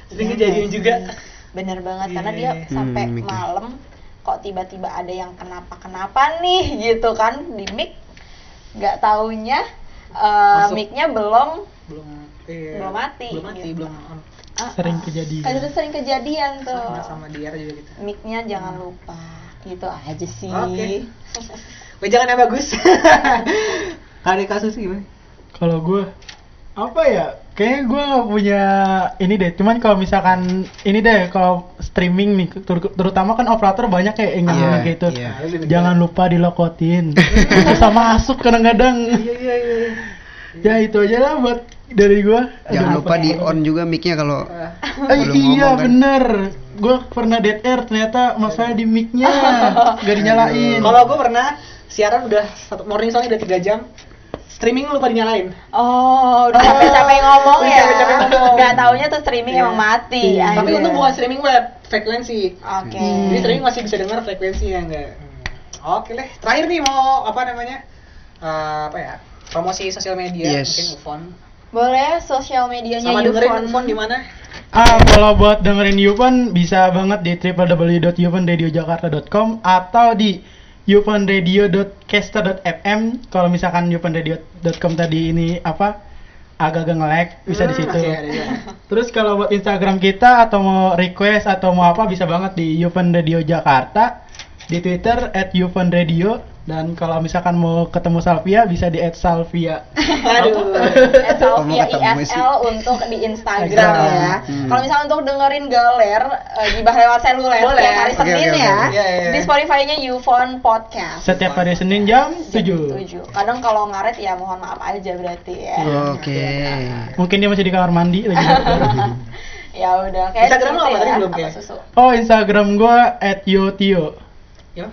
Jadi Iya kejadian nggak juga. sih? Bener banget karena dia Iya. sampai Hmm, mic-nya. malam kok tiba-tiba ada yang kenapa-kenapa nih [LAUGHS] gitu kan di mic nggak taunya eh, Masuk. mic-nya belum Belum eh, Belum mati, Belum mati, gitu. belum on. ah, Sering ah. Kan itu kejadian. sering kejadian tuh. Sama sama dia juga gitu. mic-nya jangan lupa gitu aja sih Oke. Weh, jangan yang bagus. Kali kasus sih gimana? Kalau gua apa ya? Kayaknya gue gak punya ini deh. Cuman kalau misalkan ini deh, kalau streaming nih, ter- terutama kan operator banyak kayak ingin Iya, gitu. [LAUGHS] iya. Jangan lupa dilokotin. Susah masuk kadang-kadang. Iya iya iya. ya itu aja lah buat dari gue. Jangan lupa di ya? on juga mic-nya kalau ya? Eh, Belum iya ngomong kan. bener. Gue pernah dead air ternyata masalah di mic-nya gak dinyalain. Kalau gue pernah siaran udah satu morning soalnya udah 3 jam. Streaming lupa dinyalain. Oh, udah capek-capek ngomong Udah ya. capek-capek ngomong. Gak taunya tuh streaming Iya. emang mati. Iya. Tapi anjir. untung bukan streaming web, frekuensi. Oke. Jadi Hmm. streaming masih bisa dengar frekuensi ya enggak. Hmm. Oke deh. Terakhir nih mau apa namanya? Eh, apa ya? Promosi sosial media, Yes. mungkin Ufon. Boleh sosial medianya Sama dengerin Yufon. Ufon di mana? Ah, kalau buat dengerin Yupan bisa banget di www.yupanradiojakarta.com atau di yupanradio.caster.fm. Kalau misalkan yupanradio.com tadi ini apa agak-agak nge-lag, bisa di Hmm, situ. oke, ada juga. Terus kalau buat Instagram kita atau mau request atau mau apa bisa banget di Yupan Radio Jakarta di Twitter at Yupan Radio dan kalau misalkan mau ketemu Salvia bisa di at Salvia. Aduh. [LAUGHS] at Ya, Salvia Kamu ketemu sih. ISL untuk di Instagram Instagram. ya. Hmm. Kalau misalnya untuk dengerin galer eh, gibah lewat seluler Boleh. tiap hari Oke, Senin oke, ya. oke, oke. Iya, iya, iya. Di Spotify-nya Ufon Podcast. Setiap hari Senin jam Jam 7. 7. Kadang kalau ngaret ya mohon maaf aja berarti ya. Oke. Mungkin dia masih di kamar mandi lagi. [LAUGHS] Ya udah kayak ya, Instagram lo apa tadi belum, apa kayak? susu. Oh, Instagram gua at yotio. Yo.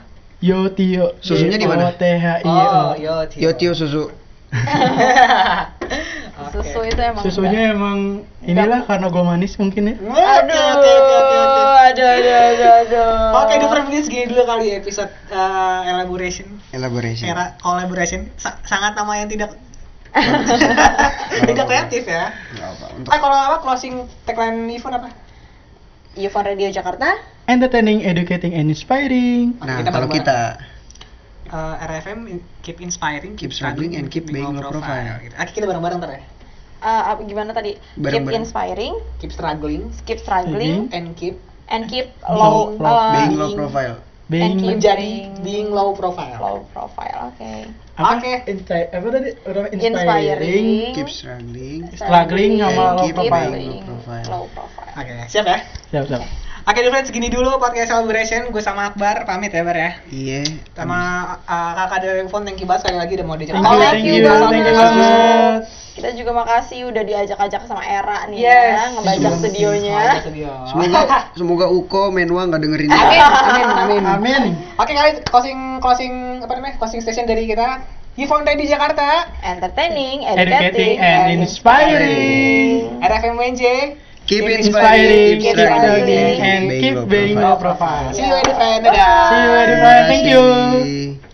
Yotio. Susunya di mana? T-H-I-O. Oh, yo. Yo Tio. Tio susu. [LAUGHS] Oke. Susu itu emang Susunya emang inilah karena gua manis mungkin ya. Hmm. Aduh, Oke, oke, oke, oke, oke. aduh, aduh, aduh, aduh. Oke, di Frame Minutes segini dulu kali ya episode eh, elaboration, Elaboration. era [LAUGHS] collaboration. Sa- sangat nama yang tidak tidak kreatif ya. Nggak apa, untuk Ah, kalau apa closing tagline event apa? Ufon Radio Jakarta. Entertaining, educating, and inspiring. Nah, Kita kalau bareng-bareng. kita Eh, RFM in- keep inspiring, Keep struggling, and keep being low profile. gitu. Oke, kita bareng-bareng ntar ya. Eh, apa- gimana tadi? Bareng-bareng. Keep inspiring, keep struggling keep struggling, and keep and keep low, Low profile. eh, being low profile. And keep Being Menjadi being Being- low profile. low profile. Oke. apa? Oke. Insi- apa tadi? Udah Inspiring, Keep struggling. struggling sama low keep profile. being Low profile. Low profile. Oke, siap ya. Siap, siap. Oke, di Frame segini dulu podcast elaboration. Gue sama Akbar pamit ya, Bar ya. Iya. Sama eh, kakak dari Ufon, thank you banget sekali lagi udah mau diajak. Thank you, Thank thank you you, banget. thank you banget. Kita juga makasih udah diajak-ajak sama Era nih ya, Yes. ngebajak studionya. Ngajak studio. [LAUGHS] Semoga semoga Uko Menwa nggak dengerin. Amin, amin. Amin. Oke kali closing closing apa namanya closing station dari kita. Yvonne di Jakarta, Entertaining, Educating educating, and inspiring. RFM WNJ. Keep Keep inspiring, inspiring, keep keep struggling, struggling, and keep being low profile. See you at the fan. Dadah. See you everyone. Thank you. Terima kasih.